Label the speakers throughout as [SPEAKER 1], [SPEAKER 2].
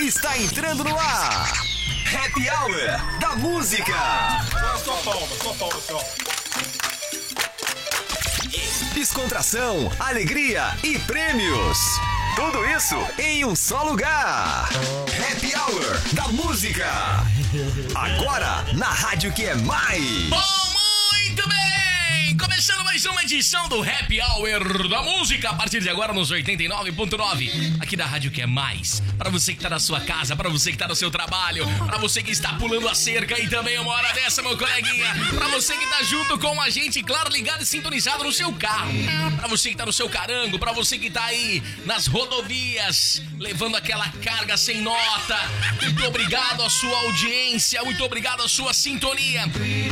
[SPEAKER 1] Está entrando no ar. Happy Hour da Música.
[SPEAKER 2] Só palma, só palma, assim, ó.
[SPEAKER 1] Descontração, alegria e prêmios. Tudo isso em um só lugar. Happy Hour da Música. Agora na rádio que é mais.
[SPEAKER 3] Bom, muito bem! Começando mais uma edição do Happy Hour da Música, a partir de agora nos 89.9, aqui da Rádio Que É Mais. Pra você que tá na sua casa, pra você que tá no seu trabalho, pra você que está pulando a cerca e também uma hora dessa, meu coleguinha. Pra você que tá junto com a gente, claro, ligado e sintonizado no seu carro. Pra você que tá no seu carango, pra você que tá aí nas rodovias, levando aquela carga sem nota. Muito obrigado à sua audiência, muito obrigado à sua sintonia.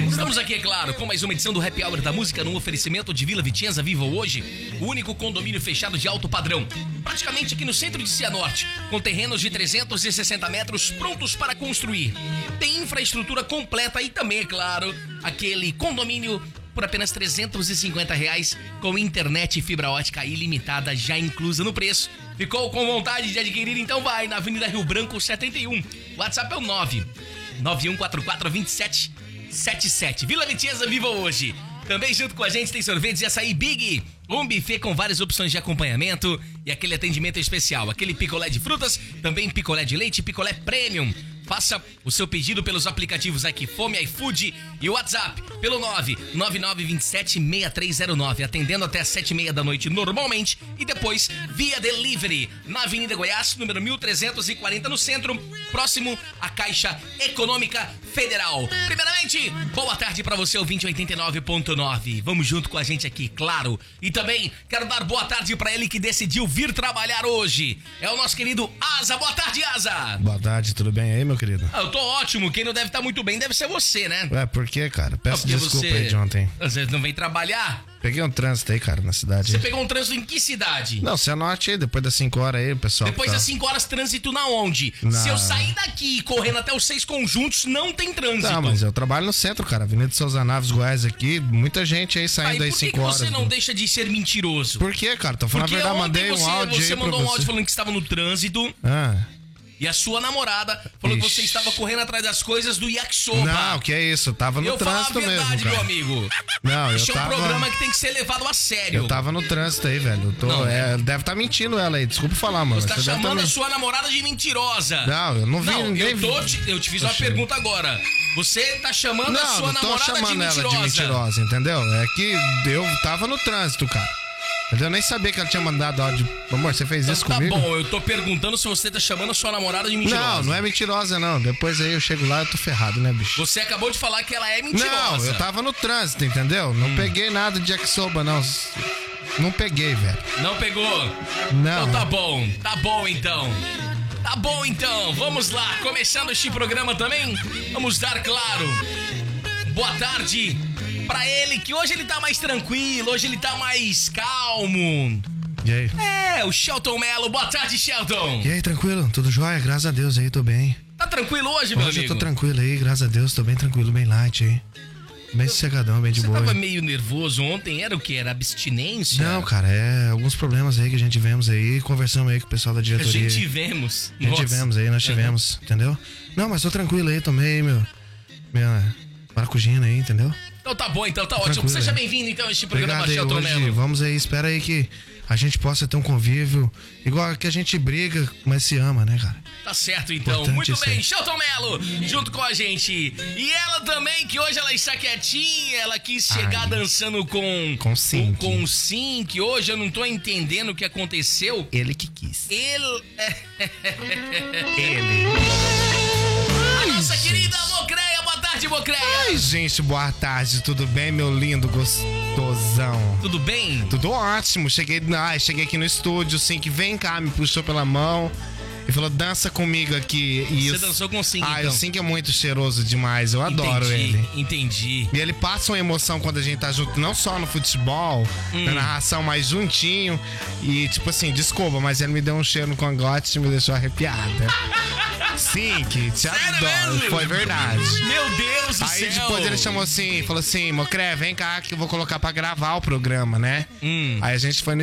[SPEAKER 3] Estamos aqui, é claro, com mais uma edição do Happy Hour da Música num oferecimento de Vila Vicenza Viva Hoje, o único condomínio fechado de alto padrão. Praticamente aqui no centro de Cianorte, com terrenos de 360 metros prontos para construir. Tem infraestrutura completa e também, é claro, aquele condomínio por apenas 350 reais com internet e fibra ótica ilimitada já inclusa no preço. Ficou com vontade de adquirir? Então vai na Avenida Rio Branco 71. WhatsApp é o um 9 91442777. Vila Vitinhesa Viva hoje. Também junto com a gente tem sorvetes e açaí Big, um buffet com várias opções de acompanhamento e aquele atendimento especial, aquele picolé de frutas, também picolé de leite e picolé premium. Faça o seu pedido pelos aplicativos Fome, iFood e WhatsApp pelo 999276309, atendendo até às 7h30 da noite normalmente e depois via delivery na Avenida Goiás, número 1340 no centro, próximo à Caixa Econômica Federal. Primeiramente, boa tarde para você, ouvinte 89.9. Vamos junto com a gente aqui, claro. E também quero dar boa tarde para ele que decidiu vir trabalhar hoje. É o nosso querido Asa. Boa tarde, Asa.
[SPEAKER 4] Boa tarde, tudo bem aí, meu querido?
[SPEAKER 3] Ah, eu tô ótimo. Quem não deve estar muito bem deve ser você, né?
[SPEAKER 4] Ué, por que, cara? Peço
[SPEAKER 3] Porque
[SPEAKER 4] desculpa
[SPEAKER 3] você-
[SPEAKER 4] aí de ontem.
[SPEAKER 3] Você não vem trabalhar?
[SPEAKER 4] Peguei um trânsito aí, cara, na cidade.
[SPEAKER 3] Você pegou um trânsito em que cidade?
[SPEAKER 4] Não, você anote aí, depois das 5 horas aí, pessoal.
[SPEAKER 3] Depois
[SPEAKER 4] que tá-
[SPEAKER 3] das 5 horas, trânsito na onde?
[SPEAKER 4] Na-
[SPEAKER 3] Se eu sair daqui correndo até os seis conjuntos, não tem trânsito.
[SPEAKER 4] Não, Tá, mas eu trabalho no centro, cara. Avenida de Souza Naves, Goiás aqui. Muita gente aí
[SPEAKER 3] Aí,
[SPEAKER 4] saindo aí
[SPEAKER 3] por que,
[SPEAKER 4] 5
[SPEAKER 3] que
[SPEAKER 4] horas.
[SPEAKER 3] você não
[SPEAKER 4] né?
[SPEAKER 3] deixa de ser mentiroso?
[SPEAKER 4] Por que, cara? Tô falando
[SPEAKER 3] Porque
[SPEAKER 4] a verdade,
[SPEAKER 3] ontem
[SPEAKER 4] mandei
[SPEAKER 3] você,
[SPEAKER 4] um áudio
[SPEAKER 3] você
[SPEAKER 4] aí
[SPEAKER 3] mandou
[SPEAKER 4] pra
[SPEAKER 3] um áudio
[SPEAKER 4] você.
[SPEAKER 3] falando que estava no trânsito
[SPEAKER 4] Ah.
[SPEAKER 3] e a sua namorada falou que você
[SPEAKER 4] Ixi.
[SPEAKER 3] estava correndo atrás das coisas do Yakisoba.
[SPEAKER 4] Não, que é isso, eu tava no
[SPEAKER 3] eu falo a
[SPEAKER 4] trânsito
[SPEAKER 3] verdade,
[SPEAKER 4] mesmo, cara.
[SPEAKER 3] meu amigo.
[SPEAKER 4] Não, eu
[SPEAKER 3] Este é um
[SPEAKER 4] tava...
[SPEAKER 3] programa que tem que ser levado a sério.
[SPEAKER 4] Eu tava no trânsito aí, velho. Eu tô-
[SPEAKER 3] Não,
[SPEAKER 4] é, deve tá mentindo ela aí, desculpa falar, mano.
[SPEAKER 3] Você tá
[SPEAKER 4] deve tá
[SPEAKER 3] chamando a
[SPEAKER 4] men-
[SPEAKER 3] sua namorada de mentirosa.
[SPEAKER 4] Não, eu não vi
[SPEAKER 3] Não,
[SPEAKER 4] ninguém.
[SPEAKER 3] eu, tô te, eu te fiz uma
[SPEAKER 4] Oxi.
[SPEAKER 3] pergunta agora. Você tá chamando a sua
[SPEAKER 4] não tô
[SPEAKER 3] namorada de
[SPEAKER 4] chamando
[SPEAKER 3] mentirosa.
[SPEAKER 4] ela de mentirosa, entendeu? É que eu tava no trânsito, cara. Entendeu? Eu nem sabia que ela tinha mandado áudio. Amor, você fez isso
[SPEAKER 3] Então, tá
[SPEAKER 4] comigo?
[SPEAKER 3] bom, eu tô perguntando se você tá chamando a sua namorada de mentirosa.
[SPEAKER 4] não, não é mentirosa, não. Depois aí eu chego lá eu tô ferrado, né, bicho?
[SPEAKER 3] Você acabou de falar que ela é mentirosa. Hum.
[SPEAKER 4] Não, eu tá- tava no trânsito, entendeu? Não peguei nada de Yakisoba, não. Não peguei, velho.
[SPEAKER 3] Não pegou?
[SPEAKER 4] Não.
[SPEAKER 3] Então tá bom, tá bom então. Tá bom então, vamos lá. Começando este programa também, vamos dar claro. Boa tarde pra ele, que hoje ele tá mais tranquilo, hoje ele tá mais calmo.
[SPEAKER 4] E aí?
[SPEAKER 3] É, o Shelton Mello. Boa tarde, Shelton.
[SPEAKER 4] E aí, tranquilo? Tudo jóia? Graças a Deus aí, tô bem.
[SPEAKER 3] Tá tranquilo hoje, meu
[SPEAKER 4] Hoje eu
[SPEAKER 3] amigo?
[SPEAKER 4] tô tranquilo aí, graças a Deus, tô bem tranquilo, bem light aí. Bem sossegadão, bem de
[SPEAKER 3] Você
[SPEAKER 4] boa.
[SPEAKER 3] tava meio nervoso ontem, era o que? Era abstinência?
[SPEAKER 4] Não, cara, é alguns problemas aí que a gente vemos aí, conversamos aí com o pessoal da
[SPEAKER 3] A
[SPEAKER 4] diretoria.
[SPEAKER 3] gente vemos.
[SPEAKER 4] A gente
[SPEAKER 3] Nossa.
[SPEAKER 4] tivemos aí, nós tivemos, entendeu? Não, mas tô tranquilo aí, tomei meu. Minha maracujina aí, entendeu?
[SPEAKER 3] Então tá bom, então tá ótimo.
[SPEAKER 4] Tranquilo,
[SPEAKER 3] Seja
[SPEAKER 4] é.
[SPEAKER 3] bem-vindo então a este programa,
[SPEAKER 4] Obrigado aí,
[SPEAKER 3] Shelton
[SPEAKER 4] hoje.
[SPEAKER 3] Mello.
[SPEAKER 4] Vamos aí, espera aí que a gente possa ter um convívio. Igual que a gente briga, mas se ama, né, cara?
[SPEAKER 3] Tá certo então.
[SPEAKER 4] Importante
[SPEAKER 3] Muito
[SPEAKER 4] isso
[SPEAKER 3] bem,
[SPEAKER 4] aí.
[SPEAKER 3] Shelton Mello, junto com a gente. E ela também, que hoje ela está quietinha, ela quis chegar
[SPEAKER 4] Ai.
[SPEAKER 3] dançando com.
[SPEAKER 4] Com sync.
[SPEAKER 3] Com sync. Hoje eu não tô entendendo o que aconteceu. é,
[SPEAKER 4] Ele que quis.
[SPEAKER 3] Ele.
[SPEAKER 4] Ele.
[SPEAKER 3] A nossa querida Mocreia, boa tarde, Mocreia.
[SPEAKER 4] Ai, gente, boa tarde, tudo bem, meu lindo gostosão?
[SPEAKER 3] Tudo bem?
[SPEAKER 4] Tudo ótimo. Cheguei, ai, cheguei aqui no estúdio, assim, que vem cá, me puxou pela mão e falou: dança comigo aqui. E
[SPEAKER 3] Você
[SPEAKER 4] o-
[SPEAKER 3] dançou com o Sing,
[SPEAKER 4] Ah,
[SPEAKER 3] então.
[SPEAKER 4] o Sing é muito cheiroso demais. Eu adoro
[SPEAKER 3] entendi,
[SPEAKER 4] ele.
[SPEAKER 3] Entendi.
[SPEAKER 4] E ele passa uma emoção quando a gente tá junto, não só no futebol,
[SPEAKER 3] Hum.
[SPEAKER 4] na narração, mas juntinho. E, tipo assim, desculpa, mas ele me deu um cheiro no cangote e me deixou arrepiada. Sim, que te
[SPEAKER 3] Sério
[SPEAKER 4] adoro.
[SPEAKER 3] mesmo?
[SPEAKER 4] Foi verdade.
[SPEAKER 3] Meu Deus do
[SPEAKER 4] Aí
[SPEAKER 3] céu.
[SPEAKER 4] depois ele chamou assim, falou assim, Mocré, vem cá que eu vou colocar pra gravar o programa, né? Aí a gente foi no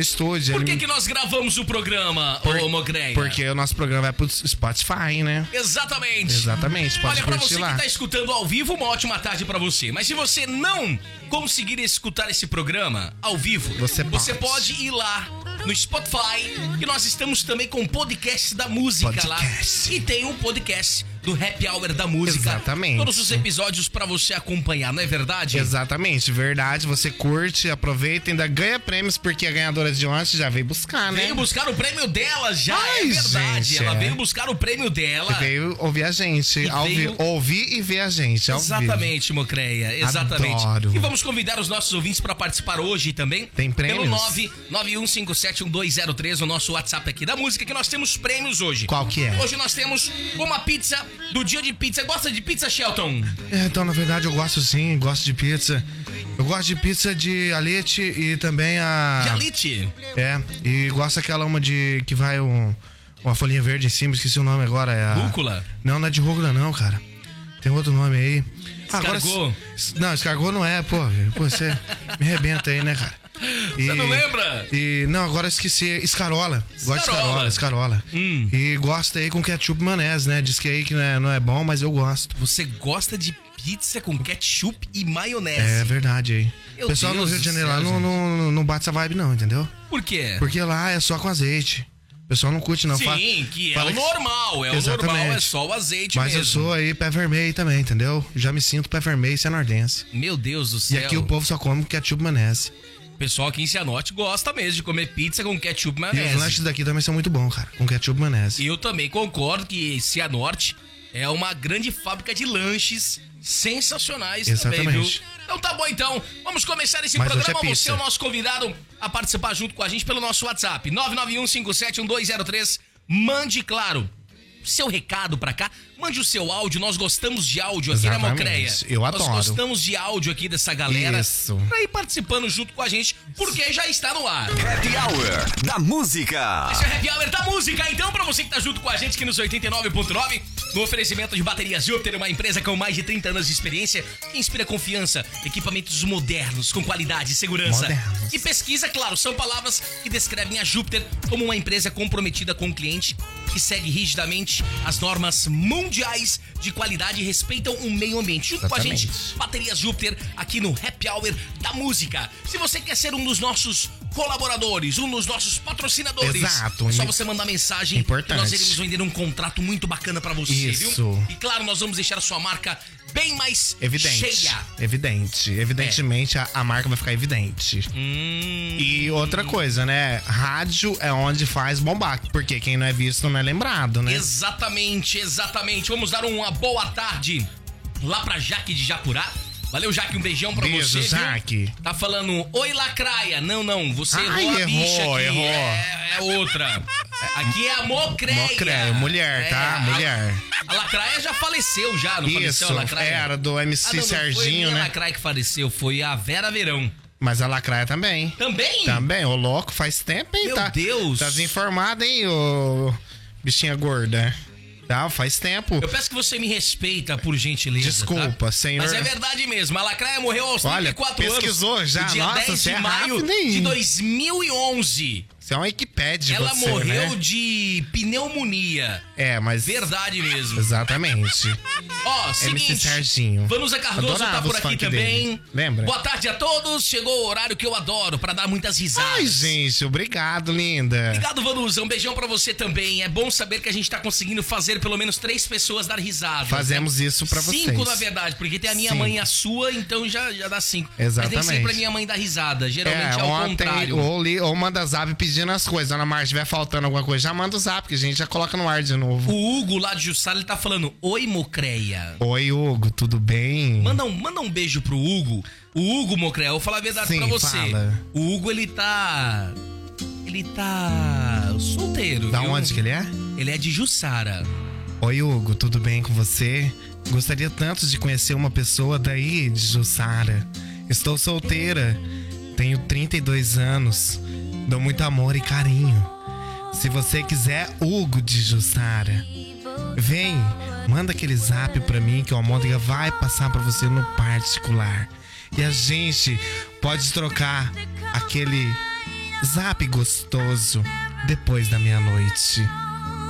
[SPEAKER 3] Hum.
[SPEAKER 4] estúdio.
[SPEAKER 3] Por
[SPEAKER 4] ele
[SPEAKER 3] que,
[SPEAKER 4] me-
[SPEAKER 3] que nós gravamos o programa, ô Mocreia?
[SPEAKER 4] Porque o nosso programa vai pro Spotify, né?
[SPEAKER 3] Exatamente.
[SPEAKER 4] Exatamente, pode
[SPEAKER 3] Olha, pra
[SPEAKER 4] curtir
[SPEAKER 3] você
[SPEAKER 4] lá.
[SPEAKER 3] que tá escutando ao vivo, uma ótima tarde pra você. Mas se você não conseguir escutar esse programa ao vivo,
[SPEAKER 4] Você pode.
[SPEAKER 3] ir lá no Spotify e nós estamos também com o podcast da música
[SPEAKER 4] Podcast.
[SPEAKER 3] lá. E tem um podcast do Happy Hour da Música.
[SPEAKER 4] Exatamente.
[SPEAKER 3] Todos os episódios pra você acompanhar, não é verdade?
[SPEAKER 4] Exatamente, verdade. Você curte, aproveita, ainda ganha prêmios, porque a ganhadora de ontem já veio buscar, né?
[SPEAKER 3] Veio buscar o prêmio dela já,
[SPEAKER 4] Ai,
[SPEAKER 3] é verdade.
[SPEAKER 4] gente,
[SPEAKER 3] Ela
[SPEAKER 4] é.
[SPEAKER 3] veio buscar o prêmio dela.
[SPEAKER 4] Veio ouvir a gente,
[SPEAKER 3] E
[SPEAKER 4] ao
[SPEAKER 3] veio-
[SPEAKER 4] vi- ouvir e ver a gente. Ao Vivo.
[SPEAKER 3] Exatamente, Mocreia, exatamente.
[SPEAKER 4] Adoro.
[SPEAKER 3] E vamos convidar os nossos ouvintes para participar hoje também.
[SPEAKER 4] Tem prêmios?
[SPEAKER 3] Pelo 991571203, o nosso WhatsApp aqui da música, que nós temos prêmios hoje.
[SPEAKER 4] Qual que é?
[SPEAKER 3] Hoje nós temos uma pizza do dia de pizza. Gosta de pizza, Shelton?
[SPEAKER 4] É, Então, na verdade, eu gosto sim, gosto de pizza. Eu gosto de pizza de alete e também a.
[SPEAKER 3] De Alite?
[SPEAKER 4] É, e gosto daquela uma de. que vai um, uma folhinha verde em cima, esqueci o nome agora. É a...
[SPEAKER 3] Rúcula?
[SPEAKER 4] Não, não é de rúcula, não, cara. Tem outro nome aí. Ah,
[SPEAKER 3] Escargot?
[SPEAKER 4] s- não, escargot não é, pô. Pô, Você me arrebenta aí, né, cara? E-
[SPEAKER 3] Você não lembra?
[SPEAKER 4] E, não, agora eu esqueci. Escarola. Gosto de escarola,
[SPEAKER 3] Escarola. Hum.
[SPEAKER 4] escarola. E gosto aí com ketchup e maionese, né? Diz que aí que não é, não é bom, mas eu gosto.
[SPEAKER 3] Você gosta de pizza com ketchup e
[SPEAKER 4] É
[SPEAKER 3] maionese.
[SPEAKER 4] verdade aí.
[SPEAKER 3] Meu
[SPEAKER 4] O pessoal
[SPEAKER 3] Deus
[SPEAKER 4] no Rio de
[SPEAKER 3] do
[SPEAKER 4] Janeiro lá
[SPEAKER 3] céu,
[SPEAKER 4] não,
[SPEAKER 3] gente.
[SPEAKER 4] não, não bate essa vibe, não, entendeu?
[SPEAKER 3] Por quê?
[SPEAKER 4] É, Porque lá é só com azeite. O pessoal não curte, não. Fala-
[SPEAKER 3] Sim, que é
[SPEAKER 4] fala
[SPEAKER 3] o normal. É o normal, é
[SPEAKER 4] Exatamente.
[SPEAKER 3] só o azeite
[SPEAKER 4] Mas
[SPEAKER 3] mesmo.
[SPEAKER 4] eu sou aí pé vermelho também, entendeu? Já me sinto pé vermelho nordense.
[SPEAKER 3] Meu Deus do
[SPEAKER 4] E
[SPEAKER 3] céu.
[SPEAKER 4] aqui o povo só come ketchup e maionese.
[SPEAKER 3] O pessoal aqui em Cianorte gosta mesmo de comer pizza com ketchup e
[SPEAKER 4] E os
[SPEAKER 3] maionese.
[SPEAKER 4] lanches daqui também são muito bons, cara. Com ketchup e maionese.
[SPEAKER 3] E eu também concordo que Cianorte é uma grande fábrica de lanches sensacionais também,
[SPEAKER 4] Exatamente.
[SPEAKER 3] viu? Então tá bom então, vamos começar esse
[SPEAKER 4] Mas
[SPEAKER 3] programa.
[SPEAKER 4] hoje é
[SPEAKER 3] Você
[SPEAKER 4] pizza.
[SPEAKER 3] é o nosso convidado a participar junto com a gente pelo nosso WhatsApp, 991571203. Mande, claro, seu recado pra cá, mande o seu áudio, nós gostamos de áudio aqui na
[SPEAKER 4] Exatamente.
[SPEAKER 3] Mocreia.
[SPEAKER 4] Eu adoro.
[SPEAKER 3] Nós gostamos de áudio aqui dessa galera
[SPEAKER 4] Isso.
[SPEAKER 3] pra ir participando junto com a gente, porque já está no ar.
[SPEAKER 1] Happy Hour da Música.
[SPEAKER 3] Esse é o Happy Hour da Música, então, pra você que tá junto com a gente aqui nos 89.9, no oferecimento de baterias Júpiter, uma empresa com mais de 30 anos de experiência que inspira confiança, equipamentos modernos, com qualidade e segurança.
[SPEAKER 4] Modernos.
[SPEAKER 3] E pesquisa, claro, são palavras que descrevem a Júpiter como uma empresa comprometida com o cliente que segue rigidamente as normas mundiais de qualidade e respeitam o meio ambiente. Junto com a
[SPEAKER 4] Exatamente.
[SPEAKER 3] gente, Baterias Júpiter, aqui no Happy Hour da Música. Se você quer ser um dos nossos colaboradores, um dos nossos patrocinadores,
[SPEAKER 4] Exato.
[SPEAKER 3] é só você mandar mensagem.
[SPEAKER 4] Importante.
[SPEAKER 3] que Nós iremos vender um contrato muito bacana pra você,
[SPEAKER 4] Isso.
[SPEAKER 3] viu? E claro, nós vamos deixar a sua marca bem mais
[SPEAKER 4] Evidente.
[SPEAKER 3] cheia. É.
[SPEAKER 4] Evidente. Evidentemente a, a marca vai ficar evidente.
[SPEAKER 3] Hum.
[SPEAKER 4] E outra coisa, né? Rádio é onde faz bombar. Porque quem não é visto não é lembrado, né?
[SPEAKER 3] Exatamente, exatamente. Vamos dar uma boa tarde lá pra Jaque de Japurá. Valeu, Jaque, um beijão pra
[SPEAKER 4] Beijo,
[SPEAKER 3] você. viu?
[SPEAKER 4] Jaque.
[SPEAKER 3] Tá falando, oi, lacraia. Não, não, você
[SPEAKER 4] Ai,
[SPEAKER 3] errou a
[SPEAKER 4] errou,
[SPEAKER 3] bicha aqui.
[SPEAKER 4] errou.
[SPEAKER 3] É, é outra. Aqui é a mocreia. É,
[SPEAKER 4] Mocreia, mulher, tá?
[SPEAKER 3] a-
[SPEAKER 4] Mulher.
[SPEAKER 3] A, lacraia já faleceu já, não faleceu
[SPEAKER 4] Isso, é,
[SPEAKER 3] a lacraia?
[SPEAKER 4] era do MC
[SPEAKER 3] Ah, não, não foi nem
[SPEAKER 4] Serginho,
[SPEAKER 3] a
[SPEAKER 4] né?
[SPEAKER 3] lacraia que faleceu, foi a Vera Verão.
[SPEAKER 4] Mas a lacraia também.
[SPEAKER 3] Também?
[SPEAKER 4] Também, ô louco, faz tempo, hein?
[SPEAKER 3] Meu
[SPEAKER 4] tá,
[SPEAKER 3] Deus.
[SPEAKER 4] Tá desinformado, hein, ô bichinha gorda. Tá, faz tempo.
[SPEAKER 3] Eu peço que você me respeita, por gentileza.
[SPEAKER 4] Desculpa,
[SPEAKER 3] tá?
[SPEAKER 4] senhor.
[SPEAKER 3] Mas é verdade mesmo. A Lacraia morreu aos
[SPEAKER 4] Olha,
[SPEAKER 3] 34 anos.
[SPEAKER 4] pesquisou já.
[SPEAKER 3] No dia
[SPEAKER 4] Nossa,
[SPEAKER 3] 10
[SPEAKER 4] você
[SPEAKER 3] de
[SPEAKER 4] é
[SPEAKER 3] maio
[SPEAKER 4] rápido, hein?
[SPEAKER 3] de 2011.
[SPEAKER 4] Você é uma Wikipedia,
[SPEAKER 3] Ela
[SPEAKER 4] você,
[SPEAKER 3] morreu
[SPEAKER 4] né?
[SPEAKER 3] de pneumonia.
[SPEAKER 4] É, mas...
[SPEAKER 3] Verdade mesmo.
[SPEAKER 4] Exatamente.
[SPEAKER 3] Ó, seguinte.
[SPEAKER 4] é Serginho.
[SPEAKER 3] Vanusa Cardoso
[SPEAKER 4] Adorava
[SPEAKER 3] tá por
[SPEAKER 4] os
[SPEAKER 3] aqui
[SPEAKER 4] funk
[SPEAKER 3] também.
[SPEAKER 4] dele. Lembra?
[SPEAKER 3] Boa tarde a todos. Chegou o horário que eu adoro pra dar muitas risadas.
[SPEAKER 4] Ai, gente, obrigado, linda.
[SPEAKER 3] Obrigado, Vanusa. Um beijão pra você também. É bom saber que a gente tá conseguindo fazer pelo menos três pessoas dar risada.
[SPEAKER 4] Fazemos isso pra vocês.
[SPEAKER 3] Cinco, na verdade, porque tem a minha
[SPEAKER 4] Cinco.
[SPEAKER 3] mãe e a sua, então já, já dá cinco. Mas
[SPEAKER 4] Exatamente.
[SPEAKER 3] nem sempre a minha mãe dá risada, geralmente é,
[SPEAKER 4] É,
[SPEAKER 3] ao
[SPEAKER 4] ontem,
[SPEAKER 3] contrário.
[SPEAKER 4] ou, li, ou manda zap pedindo as coisas. Ana Mar, se tiver faltando alguma coisa, já manda o zap, que a gente já coloca no ar de novo.
[SPEAKER 3] O Hugo lá de Jussara, ele tá falando, oi, Mocreia.
[SPEAKER 4] Oi, Hugo, tudo bem?
[SPEAKER 3] Manda um, manda um beijo pro Hugo. O Hugo, Mocreia, eu vou falar a verdade
[SPEAKER 4] Sim,
[SPEAKER 3] pra você.
[SPEAKER 4] fala.
[SPEAKER 3] O Hugo, ele tá... Ele tá solteiro,
[SPEAKER 4] da
[SPEAKER 3] viu?
[SPEAKER 4] onde que ele é?
[SPEAKER 3] Ele é de Jussara.
[SPEAKER 4] Oi, Hugo, tudo bem com você? Gostaria tanto de conhecer uma pessoa daí, de Jussara. Estou solteira, tenho 32 anos, dou muito amor e carinho. Se você quiser, Hugo de Jussara, Vem, manda aquele zap pra mim que o Almôndega vai passar pra você no particular. E a gente pode trocar aquele zap gostoso depois da meia-noite.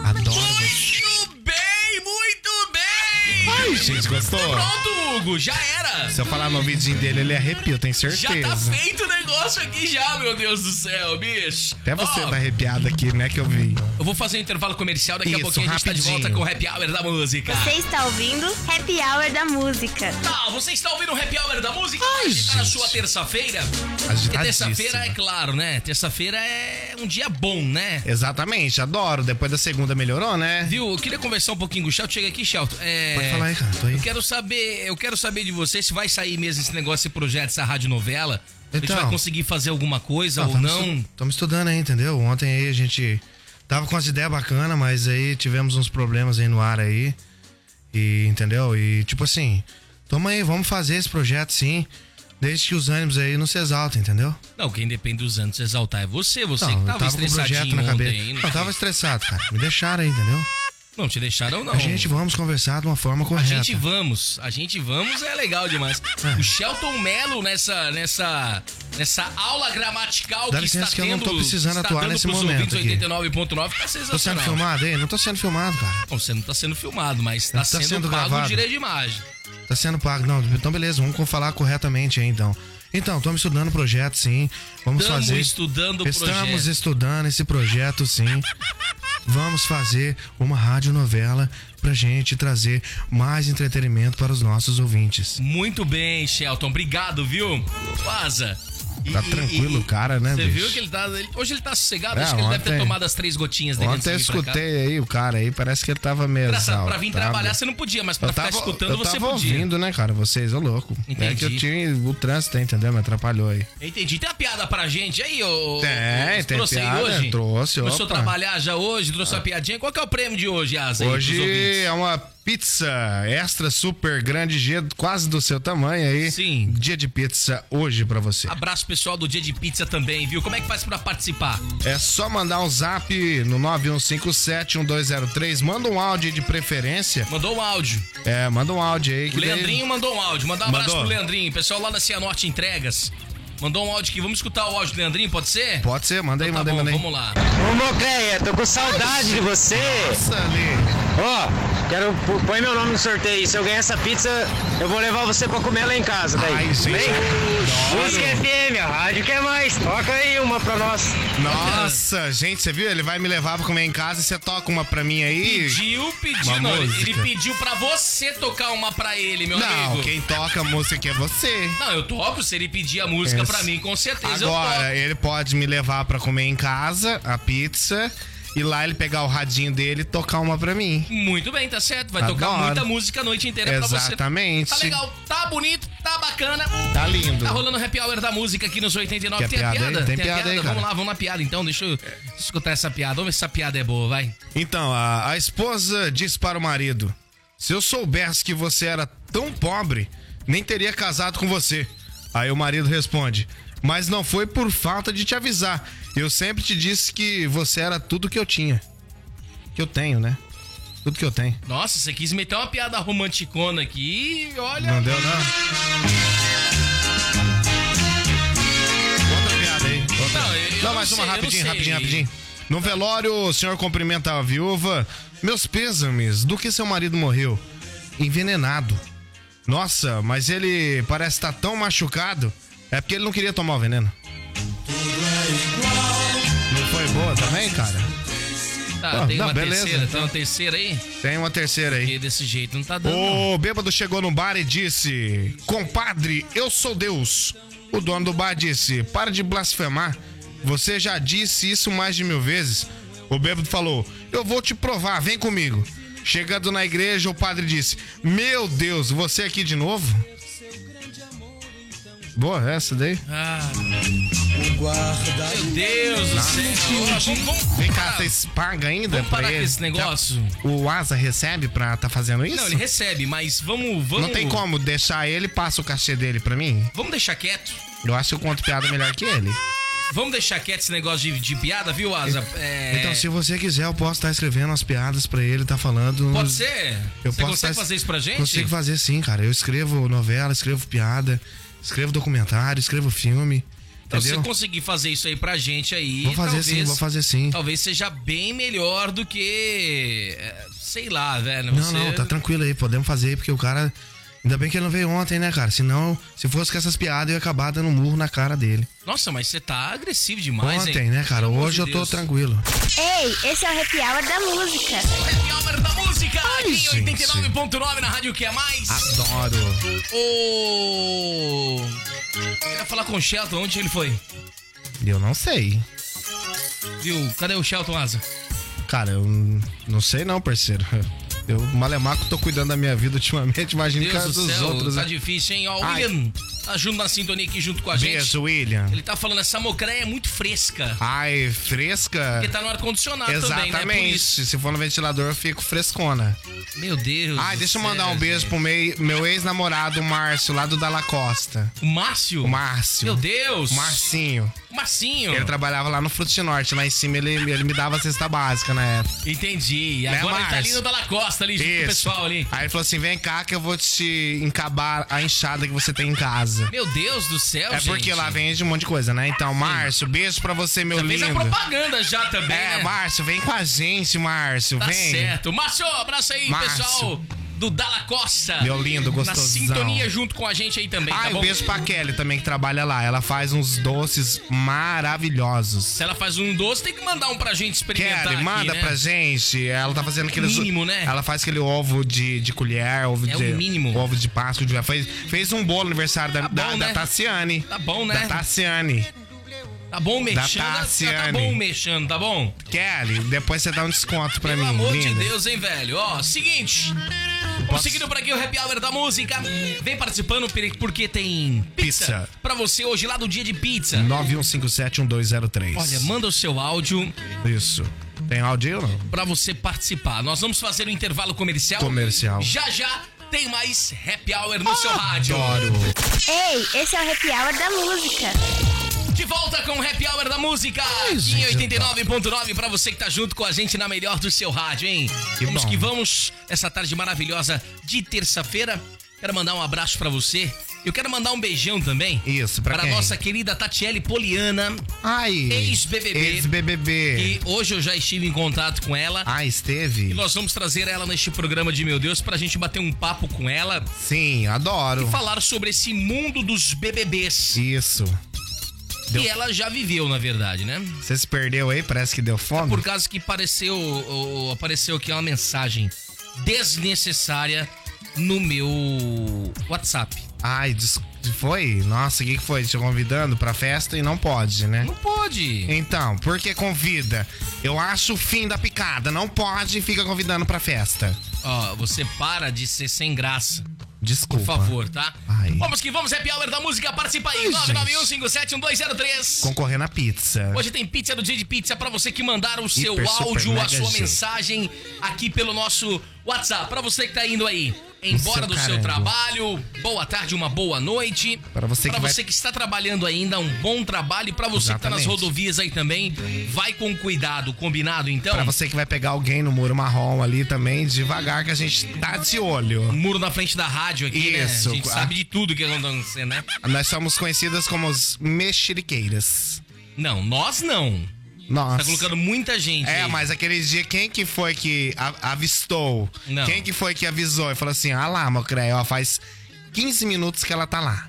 [SPEAKER 4] Adoro você.
[SPEAKER 3] Muito bem, muito bem!
[SPEAKER 4] Ai, gente, gostou?
[SPEAKER 3] Pronto, Hugo, já era!
[SPEAKER 4] Se eu falar no ouvidinho dele, ele arrepia, eu tenho
[SPEAKER 3] Já tá
[SPEAKER 4] certeza.
[SPEAKER 3] feito o negócio aqui já, meu Deus do céu, bicho!
[SPEAKER 4] Até você
[SPEAKER 3] Ó,
[SPEAKER 4] tá arrepiado aqui, né, que eu vi.
[SPEAKER 3] Eu vou fazer um intervalo comercial, daqui a
[SPEAKER 4] Isso,
[SPEAKER 3] pouquinho a gente tá de volta
[SPEAKER 4] rapidinho.
[SPEAKER 3] com o Happy Hour da Música.
[SPEAKER 5] Você está ouvindo Happy Hour da Música.
[SPEAKER 3] Tá, você está ouvindo o Happy Hour da Música?
[SPEAKER 4] Ai,
[SPEAKER 3] Agitar a
[SPEAKER 4] gente.
[SPEAKER 3] sua terça-feira. Porque
[SPEAKER 4] Agitadíssima.
[SPEAKER 3] terça-feira, é claro, né? Terça-feira é um dia bom, né?
[SPEAKER 4] Exatamente, adoro. Depois da segunda melhorou, né?
[SPEAKER 3] Viu? Eu queria conversar um pouquinho com o Shelton. Chega aqui, Shelton. É...
[SPEAKER 4] Pode falar aí, cara, tô aí.
[SPEAKER 3] Eu quero saber, eu quero saber de você se vai sair mesmo esse negócio, esse projeto, essa radionovela. Se a gente
[SPEAKER 4] Então.
[SPEAKER 3] vai conseguir fazer alguma coisa ou
[SPEAKER 4] tamo
[SPEAKER 3] não.
[SPEAKER 4] estu- tamo estudando aí, entendeu? Ontem aí a gente tava com as ideias bacanas, mas aí tivemos uns problemas aí no ar aí. E, entendeu? E tipo assim, toma aí, vamos fazer esse projeto sim. Desde que os ânimos aí não se exaltem, entendeu?
[SPEAKER 3] Não, quem depende dos anos exaltar é você. Você
[SPEAKER 4] Não,
[SPEAKER 3] que
[SPEAKER 4] eu
[SPEAKER 3] tava,
[SPEAKER 4] tava com o projeto
[SPEAKER 3] estressadinho
[SPEAKER 4] na
[SPEAKER 3] ontem.
[SPEAKER 4] cabeça.
[SPEAKER 3] hein?
[SPEAKER 4] Não, eu tava estressado, cara. Me deixaram aí, entendeu?
[SPEAKER 3] Não te deixaram, não.
[SPEAKER 4] A gente vamos conversar de uma forma
[SPEAKER 3] A
[SPEAKER 4] correta.
[SPEAKER 3] gente vamos, a gente vamos é legal demais. O Shelton Mello nessa nessa nessa aula gramatical
[SPEAKER 4] Dá
[SPEAKER 3] que
[SPEAKER 4] licença
[SPEAKER 3] está
[SPEAKER 4] que eu
[SPEAKER 3] tendo,
[SPEAKER 4] não tô precisando
[SPEAKER 3] está
[SPEAKER 4] atuar
[SPEAKER 3] dando
[SPEAKER 4] nesse
[SPEAKER 3] pros
[SPEAKER 4] momento
[SPEAKER 3] ouvintes
[SPEAKER 4] aqui.
[SPEAKER 3] 89.9 tá
[SPEAKER 4] Tô sendo
[SPEAKER 3] sensacional.
[SPEAKER 4] filmado aí? Não tô sendo filmado, cara.
[SPEAKER 3] Não, você não tá sendo filmado, mas tá,
[SPEAKER 4] Tá
[SPEAKER 3] sendo,
[SPEAKER 4] sendo
[SPEAKER 3] pago
[SPEAKER 4] gravado.
[SPEAKER 3] o direito de imagem.
[SPEAKER 4] Tá sendo pago. Não, então beleza, vamos co- falar corretamente aí então. Então, estamos estudando o projeto, sim. Vamos
[SPEAKER 3] Estamos
[SPEAKER 4] fazer.
[SPEAKER 3] estudando o
[SPEAKER 4] Estamos
[SPEAKER 3] projeto.
[SPEAKER 4] estudando esse projeto, sim. Vamos fazer uma radionovela pra gente trazer mais entretenimento para os nossos ouvintes.
[SPEAKER 3] Muito bem, Shelton. Obrigado, viu? Vaza. E-
[SPEAKER 4] Tá
[SPEAKER 3] e-
[SPEAKER 4] tranquilo
[SPEAKER 3] e-
[SPEAKER 4] o cara, né,
[SPEAKER 3] Você
[SPEAKER 4] bicho?
[SPEAKER 3] viu que ele tá. ele- hoje ele tá sossegado,
[SPEAKER 4] É,
[SPEAKER 3] acho que ele deve ter
[SPEAKER 4] ontem-
[SPEAKER 3] tomado as três gotinhas dele
[SPEAKER 4] Ontem eu
[SPEAKER 3] antes de vir pra cá.
[SPEAKER 4] escutei aí o cara aí, parece que ele tava meio
[SPEAKER 3] Pra, pra vir
[SPEAKER 4] exaltado.
[SPEAKER 3] trabalhar você não podia, mas pra
[SPEAKER 4] Eu tava,
[SPEAKER 3] ficar escutando
[SPEAKER 4] eu
[SPEAKER 3] você
[SPEAKER 4] tava
[SPEAKER 3] podia.
[SPEAKER 4] ouvindo, né, cara? Vocês, ô louco. É
[SPEAKER 3] Entendi.
[SPEAKER 4] que eu tinha o trânsito, aí, entendeu? Me atrapalhou aí.
[SPEAKER 3] Entendi. Tem uma piada pra gente aí, ô.
[SPEAKER 4] Tem,
[SPEAKER 3] ô,
[SPEAKER 4] tem
[SPEAKER 3] trouxe aí
[SPEAKER 4] piada,
[SPEAKER 3] hoje?
[SPEAKER 4] trouxe,
[SPEAKER 3] Começou a
[SPEAKER 4] opa.
[SPEAKER 3] trabalhar já hoje, trouxe uma piadinha. Qual que é o prêmio de hoje, Asa? aí, pros
[SPEAKER 4] Hoje
[SPEAKER 3] ouvintes?
[SPEAKER 4] é uma pizza extra, super grande, dia quase do seu tamanho aí.
[SPEAKER 3] Sim. Ah.
[SPEAKER 4] Dia de pizza hoje pra você.
[SPEAKER 3] Abraço pessoal do Dia de Pizza também, viu? Como é que faz pra participar?
[SPEAKER 4] É só mandar um zap no 9157-1203. Manda um áudio aí de preferência.
[SPEAKER 3] Mandou um áudio.
[SPEAKER 4] É, manda um áudio aí.
[SPEAKER 3] O
[SPEAKER 4] Que daí-
[SPEAKER 3] Leandrinho mandou um áudio. Mandar um abraço
[SPEAKER 4] Mandou?
[SPEAKER 3] pro Leandrinho. Pessoal lá da Cianorte Entregas. Mandou um áudio aqui. Vamos escutar o áudio do Leandrinho, pode ser?
[SPEAKER 4] Pode ser, manda aí,
[SPEAKER 3] Tá
[SPEAKER 4] manda aí,
[SPEAKER 3] bom,
[SPEAKER 4] manda aí.
[SPEAKER 3] vamos lá.
[SPEAKER 6] Ô Mocleia, tô com saudade de você.
[SPEAKER 4] Nossa, Lê.
[SPEAKER 6] Ó, quero. pô- Põe meu nome no sorteio. aí. Se eu ganhar essa pizza, eu vou levar você pra comer lá em casa, daí.
[SPEAKER 4] Ai, gente.
[SPEAKER 6] Vem. Música FM, a rádio quer mais. Toca aí uma pra nós.
[SPEAKER 4] Nossa, gente, você viu? Ele vai me levar pra comer em casa e você toca uma pra mim aí.
[SPEAKER 3] Pediu, pediu.
[SPEAKER 4] Uma
[SPEAKER 3] Não, ele- ele
[SPEAKER 4] música.
[SPEAKER 3] pediu pra você tocar uma pra ele, meu
[SPEAKER 4] Não,
[SPEAKER 3] amigo.
[SPEAKER 4] quem toca a música aqui é você.
[SPEAKER 3] Não, eu topo. Se ele pedir a música
[SPEAKER 4] Esse-
[SPEAKER 3] pra mim, com certeza eu topo.
[SPEAKER 4] Agora, ele pode me levar pra comer em casa a pizza e lá ele pegar o radinho dele e tocar uma pra mim.
[SPEAKER 3] Muito bem, tá certo. Vai tocar
[SPEAKER 4] Adoro.
[SPEAKER 3] muita música a noite inteira
[SPEAKER 4] Exatamente.
[SPEAKER 3] pra você. Tá legal, tá bonito, tá bacana.
[SPEAKER 4] Tá lindo.
[SPEAKER 3] Tá rolando o happy hour da música aqui nos 89.
[SPEAKER 4] Quer
[SPEAKER 3] tem a
[SPEAKER 4] piada
[SPEAKER 3] piada?
[SPEAKER 4] aí? Tem piada aí, cara.
[SPEAKER 3] Vamos lá, vamos na piada então. Deixa eu escutar essa piada. Vamos ver se essa piada é boa, vai.
[SPEAKER 4] Então, a, a esposa diz para o marido: Se eu soubesse que você era tão pobre, nem teria casado com você. Aí o marido responde: Mas não foi por falta de te avisar. Eu sempre te disse que você era tudo que eu tinha. Que eu tenho, né? Tudo que eu tenho.
[SPEAKER 3] Nossa, você quis meter uma piada romanticona aqui. Olha.
[SPEAKER 4] Não deu, não. Outra piada aí. Outra.
[SPEAKER 3] Não, eu- eu
[SPEAKER 4] Não, mais
[SPEAKER 3] não
[SPEAKER 4] uma
[SPEAKER 3] sei, eu
[SPEAKER 4] rapidinho,
[SPEAKER 3] não sei.
[SPEAKER 4] rapidinho, rapidinho. No velório, o senhor cumprimenta a viúva. Meus pêsames, do que seu marido morreu? Envenenado. Nossa, mas ele parece estar tão machucado. É porque ele não queria tomar o veneno.
[SPEAKER 3] é
[SPEAKER 4] Não foi boa também, cara?
[SPEAKER 3] Tá,
[SPEAKER 4] Ah,
[SPEAKER 3] tem
[SPEAKER 4] não,
[SPEAKER 3] uma
[SPEAKER 4] beleza,
[SPEAKER 3] terceira. Tem
[SPEAKER 4] então.
[SPEAKER 3] uma terceira aí?
[SPEAKER 4] Tem uma terceira aí.
[SPEAKER 3] Porque desse jeito não tá dando. não.
[SPEAKER 4] O bêbado chegou no bar e disse: Compadre, eu sou Deus. O dono do bar disse: Para de blasfemar. Você já disse isso mais de mil vezes. O bêbado falou: Eu vou te provar, vem comigo. Chegando na igreja, o padre disse: Meu Deus, você aqui de novo? Boa, essa daí.
[SPEAKER 3] Ah. Meu Deus do céu. Ó, Vamos, vamos,
[SPEAKER 4] Vem cá, vocês pagam ainda
[SPEAKER 3] vamos
[SPEAKER 4] pra
[SPEAKER 3] parar com
[SPEAKER 4] ele?
[SPEAKER 3] esse negócio.
[SPEAKER 4] O Asa recebe pra tá fazendo isso?
[SPEAKER 3] Não, ele recebe, mas vamos. vamos
[SPEAKER 4] Não tem como deixar ele, passa o cachê dele pra mim?
[SPEAKER 3] Vamos deixar quieto.
[SPEAKER 4] Eu acho que eu conto piada melhor que ele.
[SPEAKER 3] Vamos deixar quieto esse negócio de, de piada, viu, Asa? É,
[SPEAKER 4] Então, se você quiser, eu posso estar escrevendo as piadas pra ele, tá falando.
[SPEAKER 3] Pode ser?
[SPEAKER 4] Eu
[SPEAKER 3] Você
[SPEAKER 4] posso
[SPEAKER 3] consegue
[SPEAKER 4] tá-
[SPEAKER 3] fazer isso pra gente?
[SPEAKER 4] Consigo fazer sim, cara. Eu escrevo novela, escrevo piada, escrevo documentário, escrevo filme.
[SPEAKER 3] Então, se
[SPEAKER 4] entendeu?
[SPEAKER 3] você conseguir fazer isso aí pra gente aí.
[SPEAKER 4] Vou fazer
[SPEAKER 3] talvez,
[SPEAKER 4] sim, vou fazer sim.
[SPEAKER 3] Talvez seja bem melhor do que. é, Sei lá, velho.
[SPEAKER 4] Não,
[SPEAKER 3] você-
[SPEAKER 4] não, tá tranquilo aí, podemos fazer aí, porque o cara. Ainda bem que ele não veio ontem, né, cara? Senão, se fosse com essas piadas, eu ia acabar dando um murro na cara dele.
[SPEAKER 3] Nossa, mas você tá agressivo demais, hein?
[SPEAKER 4] ontem, né, cara?
[SPEAKER 3] Pelo amor
[SPEAKER 4] Hoje
[SPEAKER 3] de
[SPEAKER 4] eu tô
[SPEAKER 3] Deus.
[SPEAKER 4] tranquilo.
[SPEAKER 5] Ei, esse é o Happy Hour da música.
[SPEAKER 3] Happy Hour da música, aqui em
[SPEAKER 4] gente. Ah,
[SPEAKER 3] 89.9 na Rádio Que É Mais.
[SPEAKER 4] Adoro.
[SPEAKER 3] O. Eu ia falar com o Shelton, onde ele foi?
[SPEAKER 4] Eu não sei.
[SPEAKER 3] Viu? Cadê o Shelton Asa?
[SPEAKER 4] Cara, eu não sei não, parceiro. Eu, malemaco, tô cuidando da minha vida ultimamente, imagina
[SPEAKER 3] Deus
[SPEAKER 4] cara
[SPEAKER 3] do
[SPEAKER 4] dos
[SPEAKER 3] céu,
[SPEAKER 4] outros.
[SPEAKER 3] tá
[SPEAKER 4] né?
[SPEAKER 3] difícil, hein? Ó, o
[SPEAKER 4] Ai.
[SPEAKER 3] William tá junto na sintonia aqui junto com a gente.
[SPEAKER 4] Beijo, William.
[SPEAKER 3] Ele tá falando, essa mocréia é muito fresca.
[SPEAKER 4] Ai, fresca.
[SPEAKER 3] Porque tá no ar-condicionado também,
[SPEAKER 4] Exatamente.
[SPEAKER 3] né? Por isso.
[SPEAKER 4] Se for no ventilador, eu fico frescona.
[SPEAKER 3] Meu Deus.
[SPEAKER 4] Ai,
[SPEAKER 3] do
[SPEAKER 4] deixa eu
[SPEAKER 3] céu,
[SPEAKER 4] mandar um beijo
[SPEAKER 3] gente.
[SPEAKER 4] pro mei- meu ex-namorado, o Márcio, lá do Dalla Costa.
[SPEAKER 3] O Márcio?
[SPEAKER 4] um O Márcio.
[SPEAKER 3] Meu Deus. Ah.
[SPEAKER 4] O Marcinho.
[SPEAKER 3] O Marcinho.
[SPEAKER 4] Ele trabalhava lá no Frutinorte, lá em cima ele, ele me dava a cesta básica na época.
[SPEAKER 3] Entendi. E
[SPEAKER 4] Né,
[SPEAKER 3] agora ele tá ali
[SPEAKER 4] Márcio?
[SPEAKER 3] no Dalla Costa, ali, junto com o pessoal ali.
[SPEAKER 4] Aí ele falou assim: vem cá que eu vou te encabar a enxada que você tem em casa.
[SPEAKER 3] Meu Deus do céu,
[SPEAKER 4] É
[SPEAKER 3] gente.
[SPEAKER 4] porque lá vende um monte de coisa, né? Então, Márcio, beijo pra você, meu
[SPEAKER 3] Fez a
[SPEAKER 4] lindo.
[SPEAKER 3] propaganda já também,
[SPEAKER 4] É,
[SPEAKER 3] né?
[SPEAKER 4] Márcio, vem com a gente, Márcio.
[SPEAKER 3] Tá
[SPEAKER 4] vem.
[SPEAKER 3] certo. Márcio, abraço aí,
[SPEAKER 4] Márcio.
[SPEAKER 3] pessoal do Dalla Costa.
[SPEAKER 4] Meu lindo,
[SPEAKER 3] Na
[SPEAKER 4] gostosão.
[SPEAKER 3] sintonia junto com a gente aí também,
[SPEAKER 4] Ah,
[SPEAKER 3] tá
[SPEAKER 4] e
[SPEAKER 3] bom?
[SPEAKER 4] beijo pra Kelly também, que trabalha lá. Ela faz uns doces maravilhosos.
[SPEAKER 3] Se ela faz um doce, tem que mandar um pra gente experimentar
[SPEAKER 4] Kelly,
[SPEAKER 3] aqui,
[SPEAKER 4] manda
[SPEAKER 3] né?
[SPEAKER 4] pra gente. Ela tá fazendo aquele...
[SPEAKER 3] Mínimo, né?
[SPEAKER 4] Ela faz aquele ovo de, de colher, ovo
[SPEAKER 3] É
[SPEAKER 4] de...
[SPEAKER 3] o mínimo.
[SPEAKER 4] Ovo de Páscoa. De... Fez, fez um bolo aniversário da,
[SPEAKER 3] Tá bom,
[SPEAKER 4] da, da
[SPEAKER 3] né?
[SPEAKER 4] Tassiane.
[SPEAKER 3] Tá bom, né?
[SPEAKER 4] Da Tassiane.
[SPEAKER 3] Tá bom mexendo?
[SPEAKER 4] Da
[SPEAKER 3] Tá, tá
[SPEAKER 4] Tassiane.
[SPEAKER 3] bom mexendo, tá bom?
[SPEAKER 4] Kelly, depois você dá um desconto pra
[SPEAKER 3] Pelo
[SPEAKER 4] mim,
[SPEAKER 3] amor
[SPEAKER 4] linda.
[SPEAKER 3] de Deus, hein, velho? Ó, seguinte. Vamos
[SPEAKER 4] Posso-
[SPEAKER 3] seguindo por aqui o Happy Hour da Música. Vem participando porque tem pizza,
[SPEAKER 4] Pizza.
[SPEAKER 3] pra você hoje lá do dia de pizza.
[SPEAKER 4] 9157-1203.
[SPEAKER 3] Olha, manda o seu áudio
[SPEAKER 4] Isso. Tem áudio aí ou não?
[SPEAKER 3] pra você participar. Nós vamos fazer um intervalo comercial.
[SPEAKER 4] Comercial. Ah,
[SPEAKER 3] Já já tem mais Happy Hour no seu rádio.
[SPEAKER 4] Adoro.
[SPEAKER 5] Ei, esse é o Happy Hour da música.
[SPEAKER 3] De volta com o Happy Hour da Música. Aqui em
[SPEAKER 4] gente,
[SPEAKER 3] 89.9 pra você que tá junto com a gente na melhor do seu rádio, hein?
[SPEAKER 4] Que
[SPEAKER 3] vamos
[SPEAKER 4] bom.
[SPEAKER 3] que vamos nessa tarde maravilhosa de terça-feira. Quero mandar um abraço pra você. Eu quero mandar um beijão também.
[SPEAKER 4] Isso, pra
[SPEAKER 3] Pra
[SPEAKER 4] quem?
[SPEAKER 3] nossa querida Tatiele Poliana.
[SPEAKER 4] Ai.
[SPEAKER 3] Ex-BBB.
[SPEAKER 4] Ex-BBB.
[SPEAKER 3] E hoje eu já estive em contato com ela.
[SPEAKER 4] É. Ah, esteve?
[SPEAKER 3] E nós vamos trazer ela neste programa de Meu Deus pra gente bater um papo com ela.
[SPEAKER 4] Sim, adoro.
[SPEAKER 3] Falar sobre esse mundo dos BBBs.
[SPEAKER 4] Isso. Deu-
[SPEAKER 3] Que ela já viveu, na verdade, né?
[SPEAKER 4] Você se perdeu aí? Parece que deu fome?
[SPEAKER 3] Por causa que pareceu, ô, ô, apareceu aqui uma mensagem desnecessária no meu WhatsApp.
[SPEAKER 4] Ai, des- foi? Nossa, o que que foi? Te convidando pra festa e não pode, né?
[SPEAKER 3] Não pode.
[SPEAKER 4] Então, por que convida? Eu acho o fim da picada. Não pode e fica convidando pra festa.
[SPEAKER 3] Ó, você para de ser sem graça,
[SPEAKER 4] Desculpa.
[SPEAKER 3] por favor, tá?
[SPEAKER 4] Ai.
[SPEAKER 3] Vamos que vamos, Happy Hour da Música, participa aí,
[SPEAKER 4] Ai,
[SPEAKER 3] 991571203.
[SPEAKER 4] Concorrendo à pizza.
[SPEAKER 3] Hoje tem pizza do dia de pizza pra você que mandar o seu
[SPEAKER 4] É. Hiper, super,
[SPEAKER 3] áudio, a
[SPEAKER 4] mega
[SPEAKER 3] sua
[SPEAKER 4] G.
[SPEAKER 3] mensagem aqui pelo nosso WhatsApp. Pra você que tá indo aí embora
[SPEAKER 4] seu
[SPEAKER 3] do seu
[SPEAKER 4] carango.
[SPEAKER 3] trabalho, boa tarde, uma boa noite.
[SPEAKER 4] é Pra você
[SPEAKER 3] Pra
[SPEAKER 4] que vai-
[SPEAKER 3] você que está trabalhando ainda, um bom trabalho. E pra você que tá nas
[SPEAKER 4] Exatamente.
[SPEAKER 3] rodovias aí também, vai com cuidado, combinado então?
[SPEAKER 4] Pra você que vai pegar alguém no muro marrom ali também, devagar que a gente tá de olho.
[SPEAKER 3] Muro na frente da rádio aqui,
[SPEAKER 4] Isso.
[SPEAKER 3] né? A gente
[SPEAKER 4] Ah.
[SPEAKER 3] sabe de tudo que acontece, né?
[SPEAKER 4] Nós somos conhecidas como os mexeriqueiras.
[SPEAKER 3] Não, nós não.
[SPEAKER 4] Nossa.
[SPEAKER 3] Tá colocando um muita gente
[SPEAKER 4] É,
[SPEAKER 3] aí.
[SPEAKER 4] mas aquele dia, quem que foi que a- avistou?
[SPEAKER 3] Não.
[SPEAKER 4] Quem que foi que avisou? E falou assim, ah lá, Mocré, ó, faz 15 minutos que ela tá lá.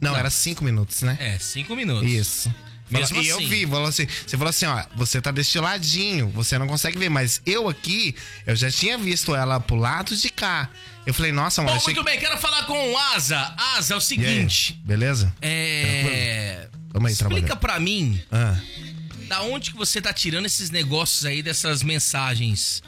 [SPEAKER 4] Não, era 5 minutos, né?
[SPEAKER 3] É, cinco minutos.
[SPEAKER 4] Isso.
[SPEAKER 3] Mesmo
[SPEAKER 4] Falou- e
[SPEAKER 3] assim.
[SPEAKER 4] eu vi, falou assim, você falou assim, ó, você tá deste ladinho, você não consegue ver, mas eu aqui, eu já tinha visto ela pro lado de cá. Eu falei, nossa,
[SPEAKER 3] Bom,
[SPEAKER 4] mano, achei
[SPEAKER 3] muito bem, quero falar com o Asa. Asa, é o
[SPEAKER 4] E aí,
[SPEAKER 3] seguinte.
[SPEAKER 4] beleza?
[SPEAKER 3] É.
[SPEAKER 4] Tamo aí,
[SPEAKER 3] Explica
[SPEAKER 4] trabalhando.
[SPEAKER 3] pra mim
[SPEAKER 4] Ah,
[SPEAKER 3] da onde que você tá tirando esses negócios aí dessas mensagens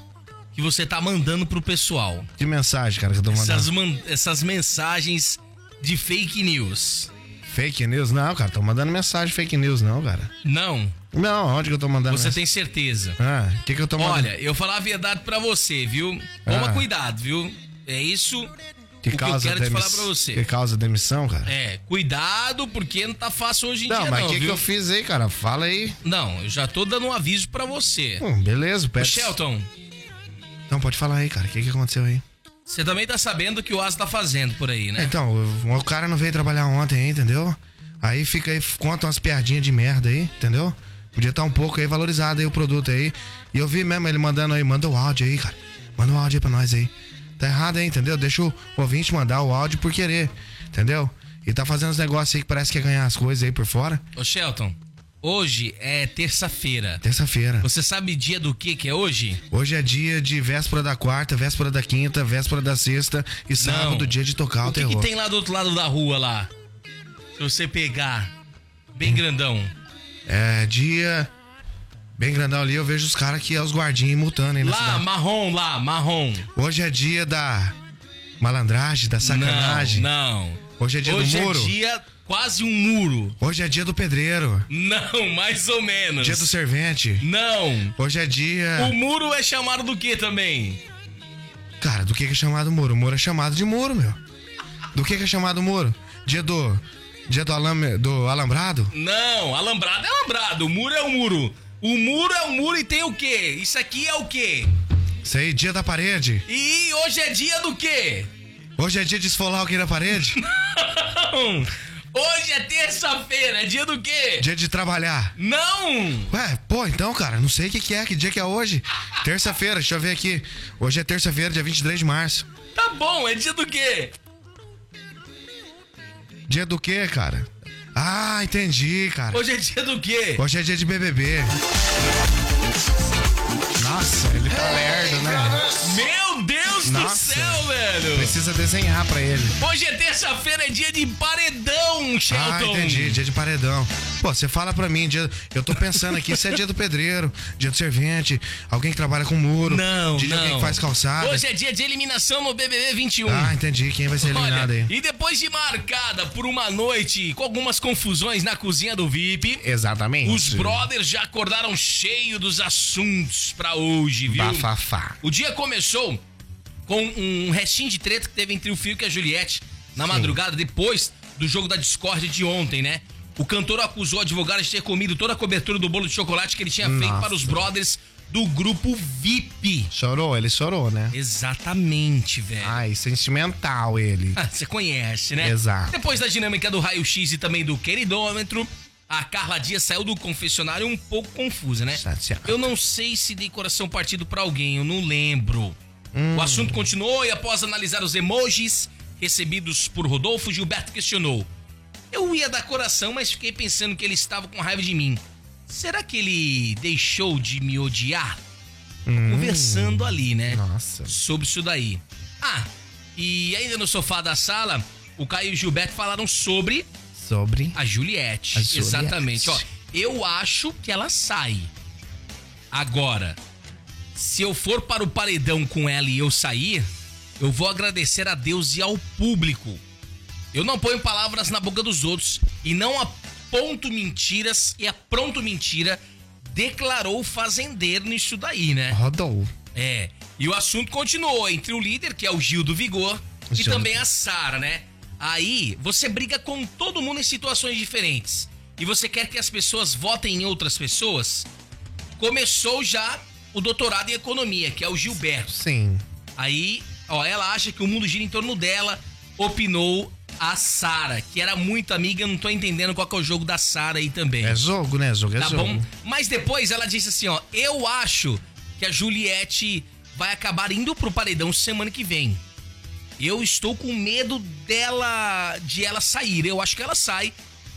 [SPEAKER 3] que você tá mandando pro pessoal.
[SPEAKER 4] que mensagem, cara, que eu tô mandando.
[SPEAKER 3] Essas, man- essas mensagens de fake news.
[SPEAKER 4] Fake news? Não, cara, tô mandando mensagem fake news, não, cara.
[SPEAKER 3] Não,
[SPEAKER 4] Não, onde que eu tô mandando
[SPEAKER 3] você
[SPEAKER 4] mensagem?
[SPEAKER 3] tem certeza.
[SPEAKER 4] Ah, o que que eu tô mandando?
[SPEAKER 3] Olha, eu falar a verdade pra você, viu? Toma
[SPEAKER 4] Ah.
[SPEAKER 3] cuidado, viu? É isso.
[SPEAKER 4] Que
[SPEAKER 3] o que eu
[SPEAKER 4] causa
[SPEAKER 3] quero te
[SPEAKER 4] demi-
[SPEAKER 3] falar pra você.
[SPEAKER 4] Que causa demissão, cara?
[SPEAKER 3] É, cuidado, porque não tá fácil hoje em
[SPEAKER 4] Não,
[SPEAKER 3] dia,
[SPEAKER 4] mas o
[SPEAKER 3] não,
[SPEAKER 4] que, que
[SPEAKER 3] viu?
[SPEAKER 4] eu fiz aí, cara? Fala aí.
[SPEAKER 3] Não, eu já tô dando um aviso pra você.
[SPEAKER 4] Hum, beleza,
[SPEAKER 3] Ô,
[SPEAKER 4] Pets.
[SPEAKER 3] Shelton,
[SPEAKER 4] Não, pode falar aí, cara. O que, que aconteceu aí?
[SPEAKER 3] você também tá sabendo o que o Asa tá fazendo por aí, né?
[SPEAKER 4] Então, o, o cara não veio trabalhar ontem, aí, entendeu? Aí fica aí, conta umas piadinhas de merda aí, entendeu? Podia estar um pouco aí valorizado aí o produto aí. E eu vi mesmo ele mandando aí, manda o áudio aí, cara. Manda o áudio aí pra nós aí. Tá errado aí, entendeu? Deixa o ouvinte mandar o áudio por querer, entendeu? E tá fazendo uns negócios aí que parece que é ganhar as coisas aí por fora.
[SPEAKER 3] Ô, Shelton, hoje é terça-feira.
[SPEAKER 4] Terça-feira.
[SPEAKER 3] Você sabe dia do que que é hoje?
[SPEAKER 4] Hoje é dia de véspera da quarta, véspera da quinta, véspera da sexta e sábado, dia de tocar o,
[SPEAKER 3] o que,
[SPEAKER 4] Ah, terror.
[SPEAKER 3] que tem lá do outro lado da rua lá? Se você pegar
[SPEAKER 4] Hum.
[SPEAKER 3] bem grandão.
[SPEAKER 4] É dia. Bem grandão ali, eu vejo os caras que é os guardinhas multando aí na
[SPEAKER 3] Lá,
[SPEAKER 4] cidade.
[SPEAKER 3] marrom, lá, marrom.
[SPEAKER 4] Hoje é dia da malandragem, da sacanagem.
[SPEAKER 3] Não, não.
[SPEAKER 4] Hoje é dia do
[SPEAKER 3] Hoje
[SPEAKER 4] muro.
[SPEAKER 3] é dia quase um muro.
[SPEAKER 4] Hoje é dia do pedreiro,
[SPEAKER 3] Não, mais ou menos.
[SPEAKER 4] dia do servente.
[SPEAKER 3] Não.
[SPEAKER 4] Hoje é dia.
[SPEAKER 3] O muro é chamado do que também?
[SPEAKER 4] Cara, do que que é chamado muro? O muro é chamado de muro, meu. Do que que é chamado muro? Dia do. Dia do, alam... do alambrado?
[SPEAKER 3] Não, alambrado é alambrado, o muro é o muro. O muro é o muro e tem o quê? Isso aqui é o quê?
[SPEAKER 4] Isso aí, dia da parede.
[SPEAKER 3] E hoje é dia do quê?
[SPEAKER 4] Hoje é dia de esfolar alguém na parede?
[SPEAKER 3] Não. Hoje é terça-feira, é dia do quê?
[SPEAKER 4] dia de trabalhar.
[SPEAKER 3] Não!
[SPEAKER 4] Ué, pô, então, cara, não sei o que, que é, que dia que é hoje. Terça-feira, deixa eu ver aqui. Hoje é terça-feira, dia 23 de março.
[SPEAKER 3] Tá bom, é dia do quê?
[SPEAKER 4] Dia do quê, cara? Ah, entendi, cara.
[SPEAKER 3] Hoje é dia do quê?
[SPEAKER 4] Hoje é dia de BBB. Nossa, ele tá lerdo, né?
[SPEAKER 3] Meu Deus do
[SPEAKER 4] Nossa.
[SPEAKER 3] céu, velho!
[SPEAKER 4] Precisa desenhar pra ele.
[SPEAKER 3] Hoje é terça-feira, é dia de paredão, Shelton!
[SPEAKER 4] Ah, entendi, dia de paredão. Pô, você fala pra mim, dia... eu tô pensando aqui, isso é dia do pedreiro, dia do servente, alguém que trabalha com muro,
[SPEAKER 3] Não,
[SPEAKER 4] dia de
[SPEAKER 3] não.
[SPEAKER 4] alguém que faz calçada.
[SPEAKER 3] Hoje é dia de eliminação no BBB 21.
[SPEAKER 4] Ah, entendi, quem vai ser eliminado
[SPEAKER 3] Olha,
[SPEAKER 4] aí?
[SPEAKER 3] e depois de marcada por uma noite com algumas confusões na cozinha do VIP,
[SPEAKER 4] Exatamente.
[SPEAKER 3] os brothers já acordaram cheio dos assuntos pra hoje, viu?
[SPEAKER 4] Bafafá.
[SPEAKER 3] O dia começou com um restinho de treta que teve entre o Fiuk e a Juliette na madrugada, depois do jogo da discórdia de ontem, né? O cantor acusou o advogado de ter comido toda a cobertura do bolo de chocolate que ele tinha feito
[SPEAKER 4] Nossa.
[SPEAKER 3] para os brothers do grupo VIP.
[SPEAKER 4] Chorou, ele chorou, né?
[SPEAKER 3] Exatamente, velho.
[SPEAKER 4] Ai, sentimental ele.
[SPEAKER 3] Ah, Você conhece, né?
[SPEAKER 4] Exato.
[SPEAKER 3] Depois da dinâmica do raio-x e também do queridômetro, a Carla Dias saiu do confessionário um pouco confusa, né?
[SPEAKER 4] Chateada.
[SPEAKER 3] Eu não sei se dei coração partido pra alguém, eu não lembro. O assunto continuou e após analisar os emojis recebidos por Rodolfo, Gilberto questionou. Eu ia dar coração, mas fiquei pensando que ele estava com raiva de mim. Será que ele deixou de me odiar? Conversando ali, né?
[SPEAKER 4] Nossa.
[SPEAKER 3] sobre isso daí. Ah, e ainda no sofá da sala, o Caio e o Gilberto falaram sobre
[SPEAKER 4] Sobre.
[SPEAKER 3] a Juliette.
[SPEAKER 4] A Juliette.
[SPEAKER 3] Exatamente. Ó, eu acho que ela sai. Agora, se eu for para o paredão com ela e eu sair, eu vou agradecer a Deus e ao público. Eu não ponho palavras na boca dos outros e não aponto mentiras e apronto mentira, declarou o fazendeiro nisso daí, né?
[SPEAKER 4] Rodou.
[SPEAKER 3] É. E o assunto continuou entre o líder, que é o Gil do Vigor, e
[SPEAKER 4] Gil do
[SPEAKER 3] também a Sara, né? Aí você briga com todo mundo em situações diferentes. E você quer que as pessoas votem em outras pessoas? Começou já o doutorado em economia, que é o Gilberto.
[SPEAKER 4] Sim.
[SPEAKER 3] Aí, ó, ela acha que o mundo gira em torno dela, opinou a Sara, que era muito amiga, eu não tô entendendo qual que é o jogo da Sara aí também
[SPEAKER 4] É jogo, né? Jogo é
[SPEAKER 3] tá
[SPEAKER 4] jogo.
[SPEAKER 3] bom? Mas depois ela disse assim, ó, eu acho que a Juliette vai acabar indo pro paredão semana que vem. Eu estou com medo dela de ela sair. Eu acho que ela sai.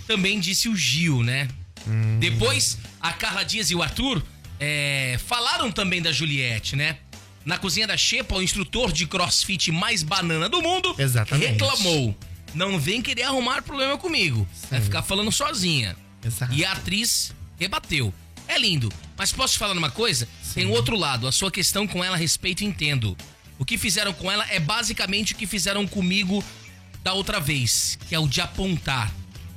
[SPEAKER 3] Também disse o Gil, né?
[SPEAKER 4] Hum.
[SPEAKER 3] Depois a Carla Dias e o Arthur é, falaram também da Juliette, né? Na cozinha da Xepa, o instrutor de CrossFit mais banana do mundo
[SPEAKER 4] Exatamente.
[SPEAKER 3] reclamou. Não vem querer arrumar problema comigo. Vai
[SPEAKER 4] Sim.
[SPEAKER 3] ficar falando sozinha.
[SPEAKER 4] Exato.
[SPEAKER 3] E a atriz rebateu. É lindo, mas posso te falar uma coisa? Tem o outro lado, a sua questão com ela respeito e entendo. O que fizeram com ela é basicamente o que fizeram comigo da outra vez, que é o de apontar.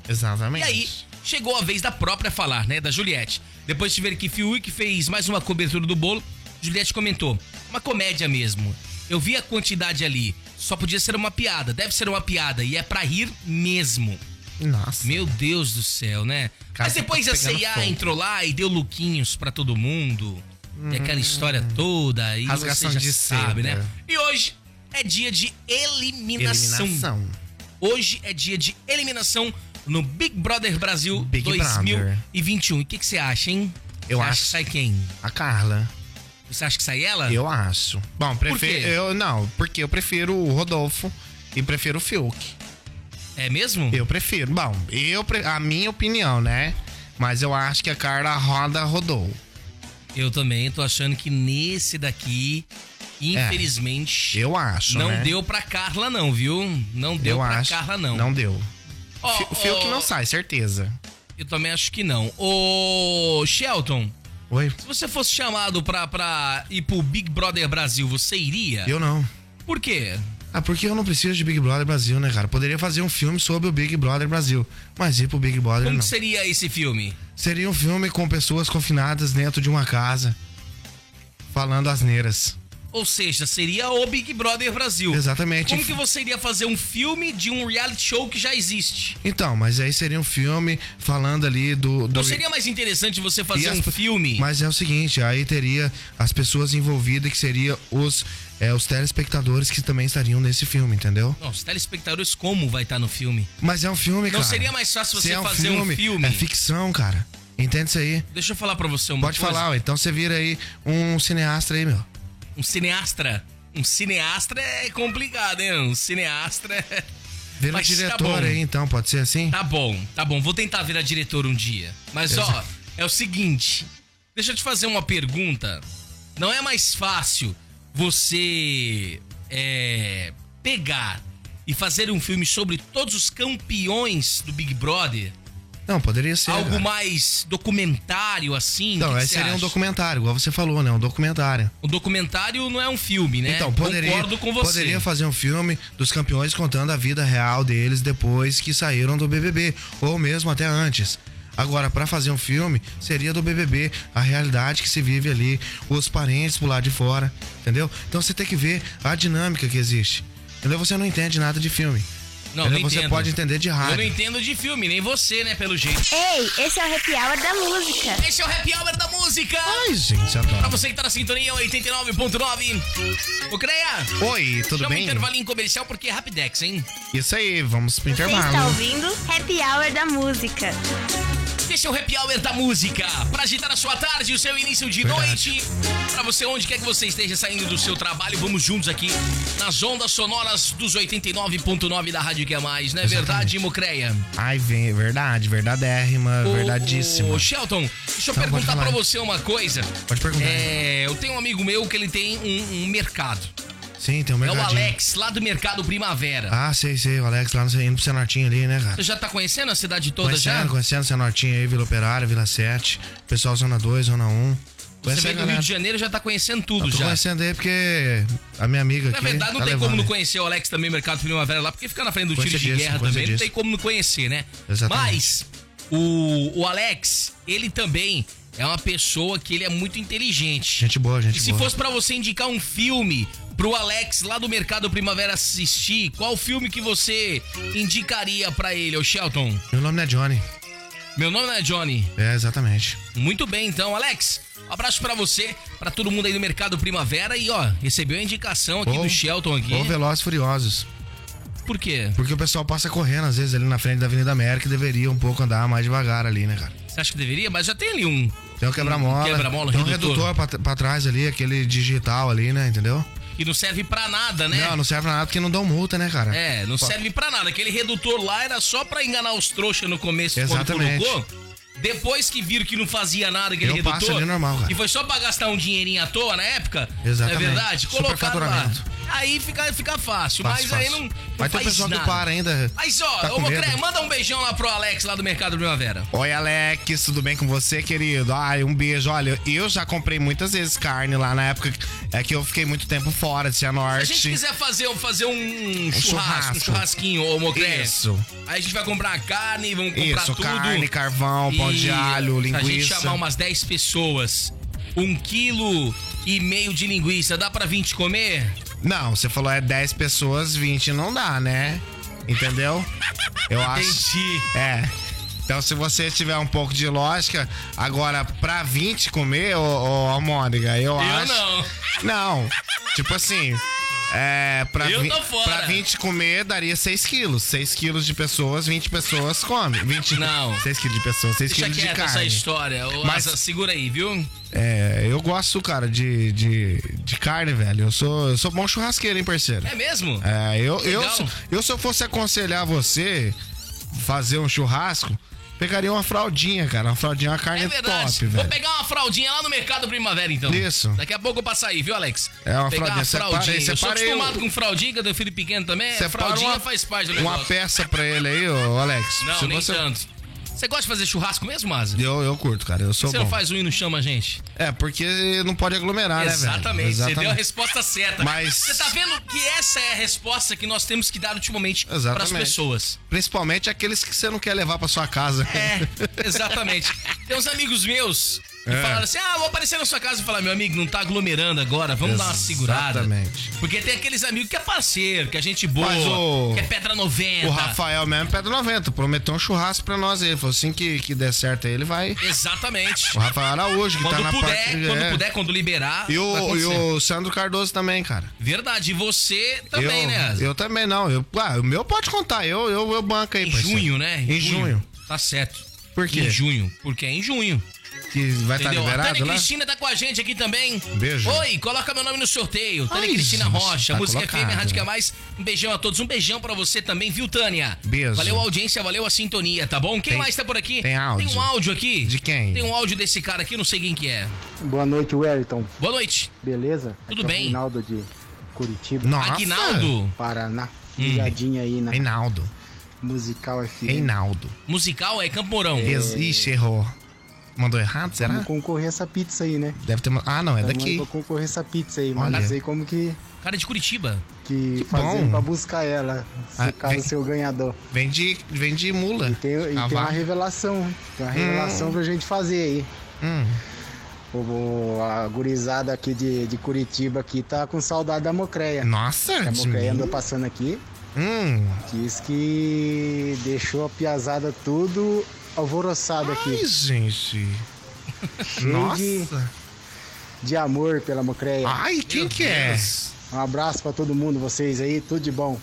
[SPEAKER 3] E
[SPEAKER 4] Exatamente.
[SPEAKER 3] aí, chegou a vez da própria falar, né, da Juliette. Depois de ver que Fiuk fez mais uma cobertura do bolo, Juliette comentou, uma comédia mesmo. Eu vi a quantidade ali, só podia ser uma piada. Deve ser uma piada. E é pra rir mesmo.
[SPEAKER 4] Nossa.
[SPEAKER 3] Meu Deus do céu, né?
[SPEAKER 4] Cara,
[SPEAKER 3] Mas depois
[SPEAKER 4] tá
[SPEAKER 3] a
[SPEAKER 4] pegando
[SPEAKER 3] C&A
[SPEAKER 4] fogo.
[SPEAKER 3] entrou lá e deu lookinhos pra todo mundo. E aquela história toda. E
[SPEAKER 4] Hum. Rasgação
[SPEAKER 3] você já
[SPEAKER 4] de
[SPEAKER 3] sabe,
[SPEAKER 4] seda.
[SPEAKER 3] né? E hoje é dia de eliminação.
[SPEAKER 4] Eliminação.
[SPEAKER 3] Hoje é dia de eliminação no Big Brother Brasil
[SPEAKER 4] Big
[SPEAKER 3] 2021. E o que, que você acha, hein?
[SPEAKER 4] Eu
[SPEAKER 3] Você acha
[SPEAKER 4] acho-
[SPEAKER 3] que sai quem?
[SPEAKER 4] A Carla.
[SPEAKER 3] Você acha que sai ela?
[SPEAKER 4] Eu acho. Bom, prefiro.
[SPEAKER 3] Ah. quê?
[SPEAKER 4] Eu, não, porque eu prefiro o Rodolfo e prefiro o Fiuk.
[SPEAKER 3] É mesmo?
[SPEAKER 4] Eu prefiro. Bom, eu pre- a minha opinião, né? Mas eu acho que a Carla roda rodou.
[SPEAKER 3] Eu também tô achando que nesse daqui, infelizmente,
[SPEAKER 4] É. Eu acho.
[SPEAKER 3] não
[SPEAKER 4] né?
[SPEAKER 3] deu pra Carla não, viu? Não deu
[SPEAKER 4] eu
[SPEAKER 3] pra
[SPEAKER 4] acho.
[SPEAKER 3] Carla não.
[SPEAKER 4] Não deu.
[SPEAKER 3] Ó,
[SPEAKER 4] Fi- O Fiuk
[SPEAKER 3] ó,
[SPEAKER 4] não sai, certeza.
[SPEAKER 3] Eu também acho que não. Ô, Shelton,
[SPEAKER 4] Oi?
[SPEAKER 3] se você fosse chamado pra, pra ir pro Big Brother Brasil, você iria?
[SPEAKER 4] Eu não.
[SPEAKER 3] Por quê?
[SPEAKER 4] Ah, porque eu não preciso de Big Brother Brasil, né, cara? Poderia fazer um filme sobre o Big Brother Brasil, mas ir pro Big Brother
[SPEAKER 3] Como
[SPEAKER 4] não.
[SPEAKER 3] que seria esse filme?
[SPEAKER 4] Seria um filme com pessoas confinadas dentro de uma casa, falando asneiras.
[SPEAKER 3] Ou seja, seria o Big Brother Brasil.
[SPEAKER 4] Exatamente.
[SPEAKER 3] Como que você iria fazer um filme de um reality show que já existe?
[SPEAKER 4] Então, mas aí seria um filme falando ali do. do...
[SPEAKER 3] Não seria mais interessante você fazer
[SPEAKER 4] E as
[SPEAKER 3] um
[SPEAKER 4] pe-
[SPEAKER 3] filme?
[SPEAKER 4] Mas é o seguinte, aí teria as pessoas envolvidas que seria os, é, os telespectadores que também estariam nesse filme, entendeu?
[SPEAKER 3] Não, os telespectadores como vai estar no filme?
[SPEAKER 4] Mas é um filme, cara.
[SPEAKER 3] seria mais fácil
[SPEAKER 4] Se
[SPEAKER 3] você fazer um filme?
[SPEAKER 4] É ficção, cara. Entende isso aí?
[SPEAKER 3] Deixa eu falar pra você uma
[SPEAKER 4] Pode
[SPEAKER 3] coisa.
[SPEAKER 4] falar, ó. então você vira aí um cineasta aí, meu.
[SPEAKER 3] Um cineastra. Um cineastra é complicado, hein? Um cineastra. é-
[SPEAKER 4] Vira
[SPEAKER 3] Mas tá
[SPEAKER 4] diretor
[SPEAKER 3] bom.
[SPEAKER 4] aí, então, pode ser assim?
[SPEAKER 3] Tá bom, tá bom. Vou tentar virar diretor um dia. Mas ó,
[SPEAKER 4] Exato.
[SPEAKER 3] é o seguinte. Deixa eu te fazer uma pergunta. Não é mais fácil você é, pegar e fazer um filme sobre todos os campeões do Big Brother?
[SPEAKER 4] Não, poderia ser.
[SPEAKER 3] Algo
[SPEAKER 4] cara.
[SPEAKER 3] mais documentário assim? O
[SPEAKER 4] Não,
[SPEAKER 3] que
[SPEAKER 4] aí
[SPEAKER 3] que você
[SPEAKER 4] seria um
[SPEAKER 3] acha?
[SPEAKER 4] documentário, igual você falou, né? Um documentário.
[SPEAKER 3] Um documentário não é um filme, né?
[SPEAKER 4] Então, poderia,
[SPEAKER 3] Concordo com você.
[SPEAKER 4] poderia fazer um filme dos campeões contando a vida real deles depois que saíram do BBB, ou mesmo até antes. Agora, pra fazer um filme, seria do BBB, a realidade que se vive ali, os parentes por lá de fora, entendeu? Então você tem que ver a dinâmica que existe. Entendeu? Você não entende nada de filme.
[SPEAKER 3] Não,
[SPEAKER 4] entendeu?
[SPEAKER 3] não
[SPEAKER 4] você
[SPEAKER 3] entendo.
[SPEAKER 4] pode entender de
[SPEAKER 3] Eu não
[SPEAKER 4] rádio.
[SPEAKER 3] entendo de filme, nem você, né, pelo jeito.
[SPEAKER 5] Ei, esse é o happy hour da música.
[SPEAKER 3] Esse é o Happy Hour da Música!
[SPEAKER 4] Ai, gente,
[SPEAKER 3] Pra
[SPEAKER 4] adoro.
[SPEAKER 3] você que tá na sintonia 89.9. Ô, Creia,
[SPEAKER 4] Oi, tudo
[SPEAKER 3] chama um
[SPEAKER 4] bem?
[SPEAKER 3] intervalinho comercial porque é Rapidex, hein?
[SPEAKER 4] Isso aí, vamos pro
[SPEAKER 5] Você está
[SPEAKER 4] intervalo.
[SPEAKER 5] ouvindo Happy Hour da Música.
[SPEAKER 3] Esse é o Happy Hour da Música. Pra agitar a sua tarde, o seu início de
[SPEAKER 4] Verdade.
[SPEAKER 3] noite. Pra você, onde quer que você esteja saindo do seu trabalho, vamos juntos aqui nas ondas sonoras dos 89.9 da Rádio Que É Mais, não é
[SPEAKER 4] Exatamente.
[SPEAKER 3] verdade, Mocreia?
[SPEAKER 4] Ai, vem, verdade, verdadérrima,
[SPEAKER 3] Ô,
[SPEAKER 4] verdadíssima.
[SPEAKER 3] ô, Shelton, deixa eu
[SPEAKER 4] Tá, Uhum. pode
[SPEAKER 3] perguntar
[SPEAKER 4] falar.
[SPEAKER 3] pra você uma coisa.
[SPEAKER 4] Pode perguntar.
[SPEAKER 3] É, eu tenho um amigo meu que ele tem um, um mercado.
[SPEAKER 4] Sim, tem um
[SPEAKER 3] É o
[SPEAKER 4] mercadinho.
[SPEAKER 3] Alex, lá do Mercado Primavera.
[SPEAKER 4] Ah, sei, sei, o Alex lá no, indo pro Cenotinho ali, né, cara?
[SPEAKER 3] Você já tá conhecendo a cidade toda já?
[SPEAKER 4] Conhecendo, conhecendo o Cenotinho aí, Vila Operária, Vila 7, pessoal Zona 2, Zona 1.
[SPEAKER 3] Você
[SPEAKER 4] Conhece é a
[SPEAKER 3] vem do
[SPEAKER 4] galera.
[SPEAKER 3] Rio de Janeiro já tá conhecendo tudo
[SPEAKER 4] Eu Tô
[SPEAKER 3] já.
[SPEAKER 4] conhecendo aí porque a minha amiga
[SPEAKER 3] Na
[SPEAKER 4] aqui.
[SPEAKER 3] verdade, não
[SPEAKER 4] tá
[SPEAKER 3] tem como
[SPEAKER 4] levando
[SPEAKER 3] não
[SPEAKER 4] aí.
[SPEAKER 3] conhecer o Alex também, Mercado Primavera lá, porque fica na frente do
[SPEAKER 4] Com
[SPEAKER 3] tiro de
[SPEAKER 4] certeza,
[SPEAKER 3] guerra
[SPEAKER 4] com
[SPEAKER 3] também, não
[SPEAKER 4] certeza.
[SPEAKER 3] tem como não conhecer, né?
[SPEAKER 4] Exatamente.
[SPEAKER 3] Mas o, o Alex, ele também é uma pessoa que ele é muito inteligente.
[SPEAKER 4] Gente boa, gente
[SPEAKER 3] E se
[SPEAKER 4] boa.
[SPEAKER 3] fosse pra você indicar um filme pro Alex lá do Mercado Primavera assistir, qual filme que você indicaria pra ele, ô Shelton?
[SPEAKER 4] Meu nome não é Johnny.
[SPEAKER 3] Meu nome não é Johnny.
[SPEAKER 4] É, exatamente.
[SPEAKER 3] Muito bem, então, Alex. Um abraço pra você, pra todo mundo aí do Mercado Primavera e ó, recebeu a indicação aqui do Shelton aqui.
[SPEAKER 4] Ou Velozes e Furiosos.
[SPEAKER 3] Por quê?
[SPEAKER 4] Porque o pessoal passa correndo, às vezes, ali na frente da Avenida América e deveria um pouco andar mais devagar ali, né, cara?
[SPEAKER 3] Você acha que deveria? Mas já tem ali um.
[SPEAKER 4] Tem um quebra-mola.
[SPEAKER 3] quebra-mola,
[SPEAKER 4] tem um
[SPEAKER 3] redutor.
[SPEAKER 4] redutor, pra, pra trás ali, aquele digital ali, né, entendeu?
[SPEAKER 3] E não serve pra nada, né?
[SPEAKER 4] Não, não serve pra nada porque não dão multa, né, cara?
[SPEAKER 3] É, não serve pra nada. Aquele redutor lá era só pra enganar os trouxas no começo
[SPEAKER 4] Exatamente.
[SPEAKER 3] quando colocou. Depois que viram que não fazia nada aquele
[SPEAKER 4] Eu
[SPEAKER 3] redutor.
[SPEAKER 4] passo ali normal, cara.
[SPEAKER 3] E foi só pra gastar um dinherinho à toa na época.
[SPEAKER 4] Exatamente.
[SPEAKER 3] Não é verdade? Colocaram lá.
[SPEAKER 4] Superfaturamento.
[SPEAKER 3] Aí fica, fica fácil,
[SPEAKER 4] Fácil,
[SPEAKER 3] mas aí
[SPEAKER 4] fácil.
[SPEAKER 3] não, não
[SPEAKER 4] Vai ter
[SPEAKER 3] faz
[SPEAKER 4] pessoal
[SPEAKER 3] nada.
[SPEAKER 4] que para ainda.
[SPEAKER 3] Mas ó,
[SPEAKER 4] Tá
[SPEAKER 3] ô
[SPEAKER 4] com medo.
[SPEAKER 3] Mocré, manda um beijão lá pro Alex lá do Mercado Primavera.
[SPEAKER 4] Oi, Alex, tudo bem com você, querido? Ai, um beijo. Olha, eu já comprei muitas vezes carne lá na época é que eu fiquei muito tempo fora de
[SPEAKER 3] Se a
[SPEAKER 4] Cianorte.
[SPEAKER 3] gente quiser fazer, fazer um, churrasco, um
[SPEAKER 4] churrasco.
[SPEAKER 3] churrasquinho, ô Mocré.
[SPEAKER 4] Isso.
[SPEAKER 3] Aí a gente vai comprar a carne, vamos comprar
[SPEAKER 4] Isso,
[SPEAKER 3] tudo.
[SPEAKER 4] carne, carvão, pão
[SPEAKER 3] E
[SPEAKER 4] de alho,
[SPEAKER 3] Se a gente
[SPEAKER 4] linguiça.
[SPEAKER 3] chamar umas 10 pessoas, um quilo e meio de linguiça, dá pra 20 comer?
[SPEAKER 4] Não, você falou é 10 pessoas, 20 não dá, né? Entendeu? Eu acho.
[SPEAKER 3] Entendi.
[SPEAKER 4] É. Então, se você tiver um pouco de lógica, agora, pra 20 comer, ô, ô, ô Mônica, eu,
[SPEAKER 3] Eu
[SPEAKER 4] acho.
[SPEAKER 3] não.
[SPEAKER 4] Não. Tipo assim. É, pra,
[SPEAKER 3] Eu
[SPEAKER 4] vi-
[SPEAKER 3] tô fora.
[SPEAKER 4] pra 20 comer daria 6 quilos. 6 quilos de pessoas, 20 pessoas come. 20,
[SPEAKER 3] Não.
[SPEAKER 4] 6 quilos de pessoas, 6
[SPEAKER 3] Deixa
[SPEAKER 4] quilos de
[SPEAKER 3] quieto essa é
[SPEAKER 4] carne.
[SPEAKER 3] história. Ô,
[SPEAKER 4] Mas-
[SPEAKER 3] Asa, segura aí, viu?
[SPEAKER 4] É, eu gosto, cara, de, de, de carne, velho. Eu sou, eu sou bom churrasqueiro, hein, parceiro?
[SPEAKER 3] É mesmo?
[SPEAKER 4] É, eu, eu,
[SPEAKER 3] Legal.
[SPEAKER 4] se- eu se eu fosse aconselhar você fazer um churrasco, pegaria uma fraldinha, cara. Uma fraldinha é uma carne
[SPEAKER 3] É verdade.
[SPEAKER 4] top,
[SPEAKER 3] Vou
[SPEAKER 4] velho.
[SPEAKER 3] pegar uma fraldinha lá no Mercado Primavera, então.
[SPEAKER 4] Isso.
[SPEAKER 3] Daqui a pouco eu passo aí, viu, Alex?
[SPEAKER 4] É uma
[SPEAKER 3] pegar
[SPEAKER 4] fraldinha. Separa
[SPEAKER 3] uma
[SPEAKER 4] aí,
[SPEAKER 3] fraldinha. eu sou
[SPEAKER 4] separa aí
[SPEAKER 3] acostumado
[SPEAKER 4] o-
[SPEAKER 3] com fraldinha, que eu tenho filho pequeno também. é
[SPEAKER 4] Separa
[SPEAKER 3] fraldinha
[SPEAKER 4] uma-
[SPEAKER 3] faz parte do
[SPEAKER 4] Uma
[SPEAKER 3] negócio.
[SPEAKER 4] peça pra ele aí, ô Alex.
[SPEAKER 3] Não,
[SPEAKER 4] Se
[SPEAKER 3] nem
[SPEAKER 4] você-
[SPEAKER 3] tanto. Você gosta de fazer churrasco mesmo, Asa?
[SPEAKER 4] Eu, eu curto, cara. Eu sou
[SPEAKER 3] Você
[SPEAKER 4] bom.
[SPEAKER 3] não faz um e não chama a gente?
[SPEAKER 4] É, porque não pode aglomerar,
[SPEAKER 3] Exatamente.
[SPEAKER 4] né, velho?
[SPEAKER 3] Você deu a resposta certa.
[SPEAKER 4] Mas-
[SPEAKER 3] Você tá vendo que essa é a resposta que nós temos que dar ultimamente para as
[SPEAKER 4] Exatamente.
[SPEAKER 3] pessoas.
[SPEAKER 4] Principalmente aqueles que você não quer levar pra sua casa.
[SPEAKER 3] É, exatamente. Tem uns amigos meus que
[SPEAKER 4] É.
[SPEAKER 3] falaram assim: ah, vou aparecer na sua casa e falar, meu amigo, não tá aglomerando agora, vamos dar uma segurada.
[SPEAKER 4] Exatamente.
[SPEAKER 3] Porque tem aqueles amigos que é parceiro, que é gente boa,
[SPEAKER 4] Mas o-
[SPEAKER 3] que é pedra 90.
[SPEAKER 4] O Rafael mesmo, Pedro 90, prometeu um churrasco pra nós aí. Ele falou assim que, que der certo aí, ele vai.
[SPEAKER 3] Exatamente.
[SPEAKER 4] O Rafael Araújo, que
[SPEAKER 3] Quando
[SPEAKER 4] tá na
[SPEAKER 3] puder,
[SPEAKER 4] parte.
[SPEAKER 3] quando
[SPEAKER 4] é.
[SPEAKER 3] puder, quando liberar.
[SPEAKER 4] E
[SPEAKER 3] vai
[SPEAKER 4] o, e
[SPEAKER 3] acontecer.
[SPEAKER 4] o Sandro Cardoso também, cara.
[SPEAKER 3] Verdade, e você também,
[SPEAKER 4] eu,
[SPEAKER 3] né? Asa?
[SPEAKER 4] Eu também não. Eu, ah, o meu pode contar, eu, eu, eu banco aí,
[SPEAKER 3] Em
[SPEAKER 4] parceiro.
[SPEAKER 3] junho, né?
[SPEAKER 4] Em junho.
[SPEAKER 3] Tá certo.
[SPEAKER 4] Por quê?
[SPEAKER 3] Em junho. Porque é em junho.
[SPEAKER 4] Que vai estar
[SPEAKER 3] Entendeu? a
[SPEAKER 4] Tá liberado
[SPEAKER 3] Tânia
[SPEAKER 4] lá?
[SPEAKER 3] Cristina tá com a gente aqui também.
[SPEAKER 4] Beijo.
[SPEAKER 3] Oi, coloca meu nome no sorteio. Tânia
[SPEAKER 4] Ai,
[SPEAKER 3] Cristina
[SPEAKER 4] gente,
[SPEAKER 3] Rocha,
[SPEAKER 4] tá
[SPEAKER 3] Música
[SPEAKER 4] colocado.
[SPEAKER 3] FM, Rádio que é Mais. Um beijão a todos, um beijão pra você também, viu, Tânia?
[SPEAKER 4] Beijo.
[SPEAKER 3] Valeu a audiência, valeu a sintonia, tá bom? Quem mais tá por aqui?
[SPEAKER 4] tem áudio.
[SPEAKER 3] Tem um áudio aqui?
[SPEAKER 4] De quem?
[SPEAKER 3] Tem um áudio desse cara aqui, não sei quem que é.
[SPEAKER 7] Boa noite, Wellington.
[SPEAKER 3] Boa noite.
[SPEAKER 7] Beleza?
[SPEAKER 3] Tudo
[SPEAKER 7] Aqui é o
[SPEAKER 3] bem.
[SPEAKER 7] Reinaldo de Curitiba,
[SPEAKER 4] Nossa.
[SPEAKER 3] Aguinaldo,
[SPEAKER 7] Paraná.
[SPEAKER 4] Hum.
[SPEAKER 7] Ligadinha aí na
[SPEAKER 4] Reinaldo.
[SPEAKER 7] Musical FM.
[SPEAKER 4] Reinaldo.
[SPEAKER 3] musical é Campo Mourão.
[SPEAKER 4] Ex- Ixi, errou. Mandou errado, será?
[SPEAKER 7] Vamos concorrer essa pizza aí, né?
[SPEAKER 4] Deve ter. ma- Ah, não, é
[SPEAKER 7] Tamo aí
[SPEAKER 4] daqui.
[SPEAKER 7] pra concorrer essa pizza aí, mas
[SPEAKER 4] Olha.
[SPEAKER 7] não sei como que,
[SPEAKER 3] Cara de Curitiba.
[SPEAKER 7] que,
[SPEAKER 4] Que
[SPEAKER 7] fazer
[SPEAKER 4] bom.
[SPEAKER 7] pra buscar ela, se
[SPEAKER 4] Ah,
[SPEAKER 7] caso
[SPEAKER 4] vem-
[SPEAKER 7] ser o ganhador.
[SPEAKER 4] Vem de, vem de mula.
[SPEAKER 7] E tem,
[SPEAKER 3] Ah,
[SPEAKER 7] e tem uma
[SPEAKER 4] Cavalo.
[SPEAKER 7] revelação, tem uma
[SPEAKER 3] Hum.
[SPEAKER 7] revelação pra gente fazer aí.
[SPEAKER 4] Hum.
[SPEAKER 7] O, a gurizada aqui de, de Curitiba aqui tá com saudade da mocreia.
[SPEAKER 4] Nossa,
[SPEAKER 7] A
[SPEAKER 4] de
[SPEAKER 7] mocreia
[SPEAKER 4] mim.
[SPEAKER 7] andou passando aqui,
[SPEAKER 4] Hum.
[SPEAKER 7] Diz que deixou a piazada tudo alvoroçada
[SPEAKER 4] Ai,
[SPEAKER 7] aqui.
[SPEAKER 4] gente.
[SPEAKER 7] Cheio de,
[SPEAKER 4] Nossa.
[SPEAKER 7] de amor pela Mocreia.
[SPEAKER 3] Ah.
[SPEAKER 4] Ai, quem
[SPEAKER 3] Meu
[SPEAKER 4] que é?
[SPEAKER 3] Deus.
[SPEAKER 7] Um abraço pra todo mundo, vocês aí, tudo de bom.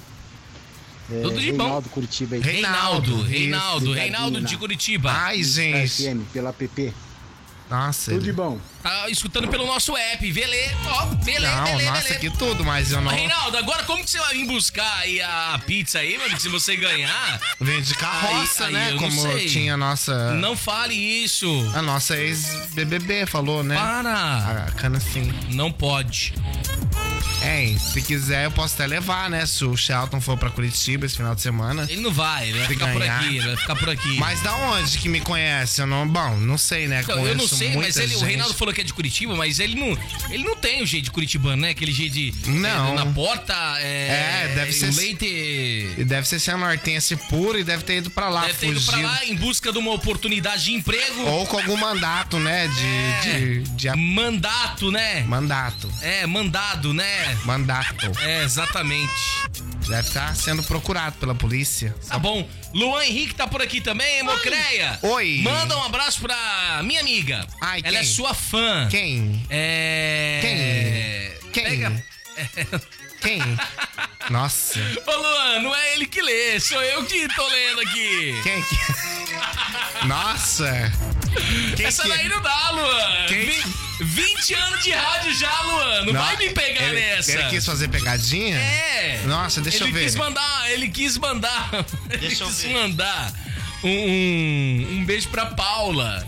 [SPEAKER 7] É,
[SPEAKER 3] Tudo de bom.
[SPEAKER 7] Reinaldo Curitiba aí.
[SPEAKER 3] Reinaldo,
[SPEAKER 4] Reinaldo.
[SPEAKER 3] Reinaldo,
[SPEAKER 7] Isso,
[SPEAKER 3] Reinaldo de
[SPEAKER 7] Reinaldo.
[SPEAKER 3] Curitiba.
[SPEAKER 4] Ai, gente.
[SPEAKER 7] FM, pela PP.
[SPEAKER 4] Nossa.
[SPEAKER 7] Tá Tudo de
[SPEAKER 4] ele-
[SPEAKER 7] bom.
[SPEAKER 3] Tá escutando pelo nosso app, belê, ó, belê,
[SPEAKER 4] Não,
[SPEAKER 3] belê,
[SPEAKER 4] nossa,
[SPEAKER 3] belê.
[SPEAKER 4] que tudo, mas eu não.
[SPEAKER 3] Reinaldo, agora como que você vai vir buscar aí a pizza aí, mano? Que se você ganhar,
[SPEAKER 4] Vem de carroça,
[SPEAKER 3] Aí- aí
[SPEAKER 4] né?
[SPEAKER 3] eu não
[SPEAKER 4] Como
[SPEAKER 3] sei.
[SPEAKER 4] tinha a nossa.
[SPEAKER 3] não fale isso.
[SPEAKER 4] A nossa ex-BBB falou, né?
[SPEAKER 3] Ah. Para!
[SPEAKER 4] A cana assim. É,
[SPEAKER 3] Não pode.
[SPEAKER 4] Hein, se quiser eu posso até levar, né? Se o Shelton for pra Curitiba esse final de semana.
[SPEAKER 3] Ele não vai, ele vai
[SPEAKER 4] Se
[SPEAKER 3] ficar
[SPEAKER 4] ganhar.
[SPEAKER 3] por aqui, ele vai ficar por aqui.
[SPEAKER 4] Mas da onde que me conhece? Eu não, bom, não sei, né?
[SPEAKER 3] Então, eu não
[SPEAKER 4] Conheço
[SPEAKER 3] sei, mas
[SPEAKER 4] muita
[SPEAKER 3] ele, o
[SPEAKER 4] gente.
[SPEAKER 3] Reinaldo falou que é de Curitiba, mas ele não, ele não tem o jeito de curitibano, né? Aquele jeito de
[SPEAKER 4] Não.
[SPEAKER 3] é, na porta, é,
[SPEAKER 4] É, deve ser-
[SPEAKER 3] leite.
[SPEAKER 4] E deve ser sendo nortense puro e deve ter ido pra lá,
[SPEAKER 3] Deve ter
[SPEAKER 4] fugido.
[SPEAKER 3] ido pra lá em busca de uma oportunidade de emprego,
[SPEAKER 4] Ou com algum mandato, né? De.
[SPEAKER 3] É.
[SPEAKER 4] de, de a-
[SPEAKER 3] mandato, né?
[SPEAKER 4] Mandato.
[SPEAKER 3] É, mandado, né?
[SPEAKER 4] Mandato.
[SPEAKER 3] É, exatamente.
[SPEAKER 4] Deve estar sendo procurado pela polícia.
[SPEAKER 3] Tá bom. Luan Henrique tá por aqui também, hein, Mocreia.
[SPEAKER 4] Oi.
[SPEAKER 3] Manda um abraço pra minha amiga.
[SPEAKER 4] Ai,
[SPEAKER 3] Ela
[SPEAKER 4] quem?
[SPEAKER 3] é sua fã.
[SPEAKER 4] Quem?
[SPEAKER 3] É.
[SPEAKER 4] Quem? Quem?
[SPEAKER 3] Pega.
[SPEAKER 4] Quem? Nossa.
[SPEAKER 3] Ô, Luan, não é ele que lê, sou eu que tô lendo aqui.
[SPEAKER 4] Quem que. Nossa! Quem
[SPEAKER 3] Essa
[SPEAKER 4] que- é?
[SPEAKER 3] daí não dá, Luan.
[SPEAKER 4] Quem
[SPEAKER 3] Vi- 20 anos de rádio já, Luan. Não,
[SPEAKER 4] Não,
[SPEAKER 3] vai me pegar
[SPEAKER 4] ele-
[SPEAKER 3] nessa.
[SPEAKER 4] Ele quis fazer pegadinha?
[SPEAKER 3] É.
[SPEAKER 4] Nossa, deixa
[SPEAKER 3] ele
[SPEAKER 4] eu ver.
[SPEAKER 3] Quis mandar, ele quis mandar. ele
[SPEAKER 8] Deixa eu
[SPEAKER 3] quis
[SPEAKER 8] ver.
[SPEAKER 3] mandar um, um, um beijo pra Paula.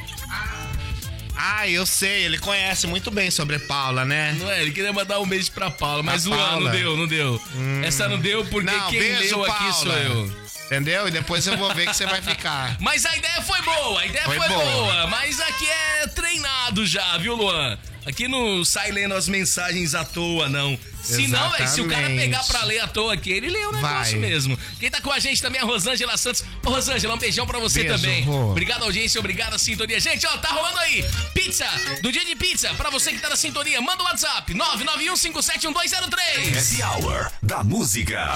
[SPEAKER 4] Ah, eu sei, ele conhece muito bem sobre Paula, né?
[SPEAKER 3] Não é, ele queria mandar um beijo pra Paula, mas
[SPEAKER 4] Pra
[SPEAKER 3] Luan,
[SPEAKER 4] Paula. Hum.
[SPEAKER 3] não deu, não deu. Essa não deu porque
[SPEAKER 4] Não,
[SPEAKER 3] quem
[SPEAKER 4] beijo,
[SPEAKER 3] leu aqui
[SPEAKER 4] Paula.
[SPEAKER 3] sou eu.
[SPEAKER 4] Entendeu? E depois eu vou ver que você vai ficar.
[SPEAKER 3] Mas a ideia foi boa, a ideia foi,
[SPEAKER 4] Foi
[SPEAKER 3] boa.
[SPEAKER 4] boa.
[SPEAKER 3] Mas aqui é treinado já, viu, Luan? Aqui não sai lendo as mensagens à toa, não. Se não, véi, se o cara
[SPEAKER 4] Exatamente.
[SPEAKER 3] pegar pra ler à toa aqui, ele lê o negócio
[SPEAKER 4] Vai.
[SPEAKER 3] mesmo. Quem tá com a gente também é a Rosângela Santos. Ô, Rosângela, um beijão pra você
[SPEAKER 4] Beijo,
[SPEAKER 3] também.
[SPEAKER 4] vô.
[SPEAKER 3] Obrigado, audiência. Obrigado, a sintonia. Gente, ó, tá rolando aí. Pizza, do dia de pizza. Pra você que tá na sintonia, manda o WhatsApp. 991571203.
[SPEAKER 1] Happy Hour da Música.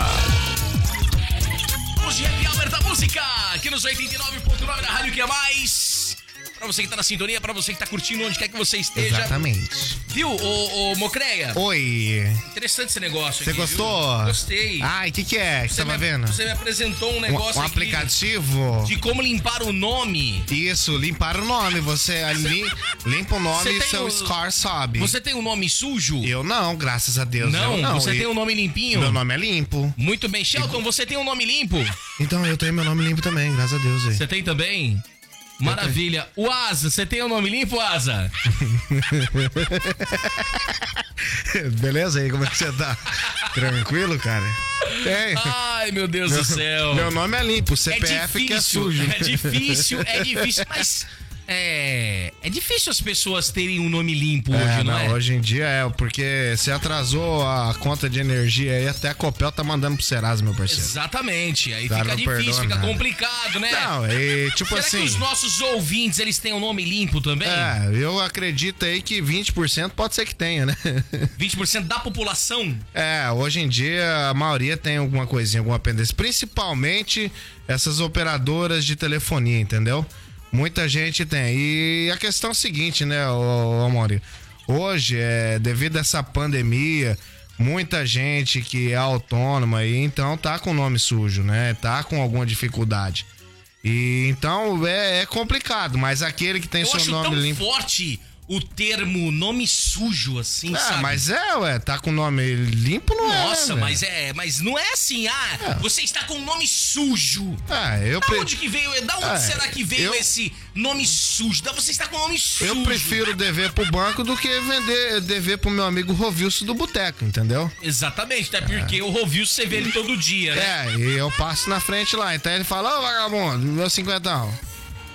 [SPEAKER 3] Hoje é Happy Hour da Música, aqui nos 89.9 da Rádio Que é Mais. Pra você que tá na sintonia, pra você que tá curtindo onde quer que você esteja.
[SPEAKER 4] Exatamente.
[SPEAKER 3] Viu, ô, ô Mocreia?
[SPEAKER 4] Oi.
[SPEAKER 3] Interessante esse negócio
[SPEAKER 4] Você
[SPEAKER 3] aqui, viu?
[SPEAKER 4] gostou?
[SPEAKER 3] Gostei.
[SPEAKER 4] Ai, o que, que é que você tava
[SPEAKER 3] me,
[SPEAKER 4] vendo?
[SPEAKER 3] Você me apresentou um
[SPEAKER 4] Um,
[SPEAKER 3] negócio
[SPEAKER 4] um
[SPEAKER 3] aqui
[SPEAKER 4] aplicativo?
[SPEAKER 3] de como limpar o nome.
[SPEAKER 4] Isso, limpar o nome. Você ali limpa o
[SPEAKER 3] Você
[SPEAKER 4] nome e
[SPEAKER 3] tem
[SPEAKER 4] seu
[SPEAKER 3] o-
[SPEAKER 4] score sobe.
[SPEAKER 3] Você tem um nome sujo?
[SPEAKER 4] Eu não, graças a Deus.
[SPEAKER 3] não,
[SPEAKER 4] eu não.
[SPEAKER 3] você
[SPEAKER 4] E
[SPEAKER 3] tem um nome limpinho?
[SPEAKER 4] Meu nome é limpo.
[SPEAKER 3] Muito bem, Shelton, você tem um nome limpo?
[SPEAKER 4] Então eu tenho meu nome limpo também, graças a Deus. aí.
[SPEAKER 3] Você tem também? Maravilha. O Asa, você tem um nome limpo, Asa?
[SPEAKER 4] Beleza aí, como é que você tá? Tranquilo, cara? Tem.
[SPEAKER 3] Ai, meu Deus do céu.
[SPEAKER 4] Meu nome é limpo, CPF que é sujo.
[SPEAKER 3] É difícil, é difícil, mas. É, é difícil as pessoas terem um nome limpo hoje, não,
[SPEAKER 4] É, não,
[SPEAKER 3] é?
[SPEAKER 4] hoje em dia é, porque você atrasou a conta de energia aí, até a Copel tá mandando pro Serasa, meu parceiro.
[SPEAKER 3] Exatamente. Aí
[SPEAKER 4] Cara,
[SPEAKER 3] fica
[SPEAKER 4] não
[SPEAKER 3] difícil,
[SPEAKER 4] perdoa
[SPEAKER 3] fica
[SPEAKER 4] nada.
[SPEAKER 3] complicado, né?
[SPEAKER 4] Não, e tipo
[SPEAKER 3] Será
[SPEAKER 4] assim.
[SPEAKER 3] que os nossos ouvintes eles têm um nome limpo também?
[SPEAKER 4] É, eu acredito aí que 20% pode ser que tenha, né?
[SPEAKER 3] 20% da população?
[SPEAKER 4] É, hoje em dia a maioria tem alguma coisinha, algum apêndice. Principalmente essas operadoras de telefonia, entendeu? Muita gente tem. E a questão é a seguinte, né, ô, ô Mauri? Hoje, é, devido a essa pandemia, muita gente que é autônoma e então tá com o nome sujo, né? Tá com alguma dificuldade. E então é, é complicado, mas aquele que tem
[SPEAKER 3] Eu
[SPEAKER 4] seu
[SPEAKER 3] acho tão
[SPEAKER 4] é um nome limpo.
[SPEAKER 3] forte o termo nome sujo, assim,
[SPEAKER 4] É,
[SPEAKER 3] sabe?
[SPEAKER 4] mas é, ué, tá com o nome limpo, não é?
[SPEAKER 3] Nossa,
[SPEAKER 4] né,
[SPEAKER 3] mas é. Mas não é assim, ah, você está com um nome sujo.
[SPEAKER 4] velho? É, eu
[SPEAKER 3] Da
[SPEAKER 4] pre-
[SPEAKER 3] onde que veio? Da onde
[SPEAKER 4] Ah,
[SPEAKER 3] será que veio
[SPEAKER 4] eu-
[SPEAKER 3] esse nome sujo? Da você está com um nome sujo.
[SPEAKER 4] Eu prefiro dever pro banco do que vender dever pro meu amigo Rovilso do Boteco, entendeu?
[SPEAKER 3] Exatamente, até porque o Rovio você vê ele todo dia, né?
[SPEAKER 4] É, e eu passo na frente lá. Então ele fala, ô vagabundo, meu cinquentão.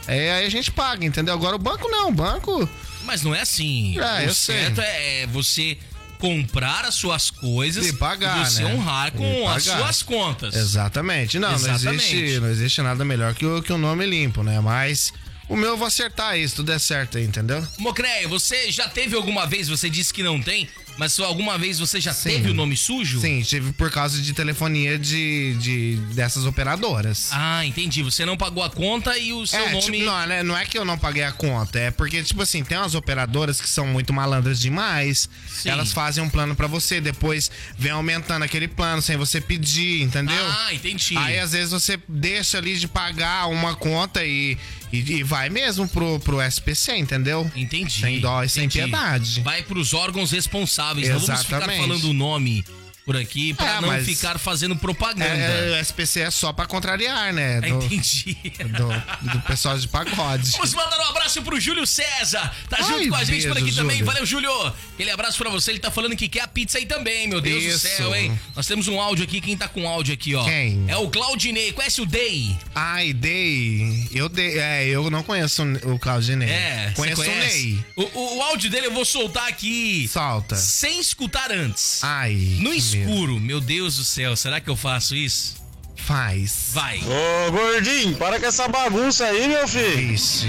[SPEAKER 4] É, aí a gente paga, entendeu? Agora o banco não, o banco.
[SPEAKER 3] Mas não é assim.
[SPEAKER 4] É,
[SPEAKER 3] o
[SPEAKER 4] eu sei.
[SPEAKER 3] certo é você comprar as suas coisas
[SPEAKER 4] E pagar,
[SPEAKER 3] você
[SPEAKER 4] né?
[SPEAKER 3] honrar com
[SPEAKER 4] E
[SPEAKER 3] as
[SPEAKER 4] pagar.
[SPEAKER 3] suas contas.
[SPEAKER 4] Exatamente. Não, Não,
[SPEAKER 3] Exatamente.
[SPEAKER 4] existe, não existe nada melhor que o, que o nome limpo, né? Mas o meu eu vou acertar isso, tudo é certo aí, entendeu?
[SPEAKER 3] Mocreia, você já teve alguma vez, você disse que não tem, mas alguma vez você já
[SPEAKER 4] Sim.
[SPEAKER 3] teve o nome sujo?
[SPEAKER 4] Sim, tive por causa de telefonia de, de dessas operadoras.
[SPEAKER 3] Ah, entendi. Você não pagou a conta e o seu
[SPEAKER 4] é,
[SPEAKER 3] nome.
[SPEAKER 4] tipo, não, né, não é que eu não paguei a conta, é porque, tipo assim, tem umas operadoras que são muito malandras demais.
[SPEAKER 3] Sim.
[SPEAKER 4] Elas fazem um plano pra você, depois vem aumentando aquele plano sem você pedir, entendeu?
[SPEAKER 3] Ah, entendi.
[SPEAKER 4] Aí às vezes você deixa ali de pagar uma conta e, e, e vai mesmo pro, pro SPC, entendeu?
[SPEAKER 3] Entendi.
[SPEAKER 4] Sem dó e sem
[SPEAKER 3] entendi.
[SPEAKER 4] piedade.
[SPEAKER 3] Vai pros órgãos responsáveis. Não vamos
[SPEAKER 4] Exatamente.
[SPEAKER 3] ficar falando o nome por aqui pra
[SPEAKER 4] É,
[SPEAKER 3] não
[SPEAKER 4] mas-
[SPEAKER 3] ficar fazendo propaganda.
[SPEAKER 4] É, o SPC é só pra contrariar, né?
[SPEAKER 3] Ah,
[SPEAKER 4] Do,
[SPEAKER 3] Entendi.
[SPEAKER 4] do, do pessoal de pagode.
[SPEAKER 3] Vamos mandar um abraço pro Júlio César. Tá
[SPEAKER 4] Ai,
[SPEAKER 3] junto com a gente por aqui
[SPEAKER 4] beijo,
[SPEAKER 3] também.
[SPEAKER 4] Júlio.
[SPEAKER 3] Valeu, Júlio. Aquele abraço pra você. Ele tá falando que quer a pizza aí também, meu Deus do
[SPEAKER 4] Isso.
[SPEAKER 3] céu, hein? Nós temos um áudio aqui. Quem tá com áudio aqui, ó?
[SPEAKER 4] Quem?
[SPEAKER 3] É o Claudinei. Conhece o Day?
[SPEAKER 4] Ai, dei. Eu dei. É, eu não conheço o Claudinei.
[SPEAKER 3] É, você
[SPEAKER 4] conheço o
[SPEAKER 3] conhece?
[SPEAKER 4] Ney.
[SPEAKER 3] O, o- o áudio dele eu vou soltar aqui
[SPEAKER 4] Salta.
[SPEAKER 3] sem escutar antes.
[SPEAKER 4] Ai.
[SPEAKER 3] No
[SPEAKER 4] que
[SPEAKER 3] escuro, meu Deus do céu, será que eu faço isso?
[SPEAKER 4] medo. Faz.
[SPEAKER 3] Vai.
[SPEAKER 6] Ô, gordinho, para com essa bagunça aí, meu filho.
[SPEAKER 4] Vixe.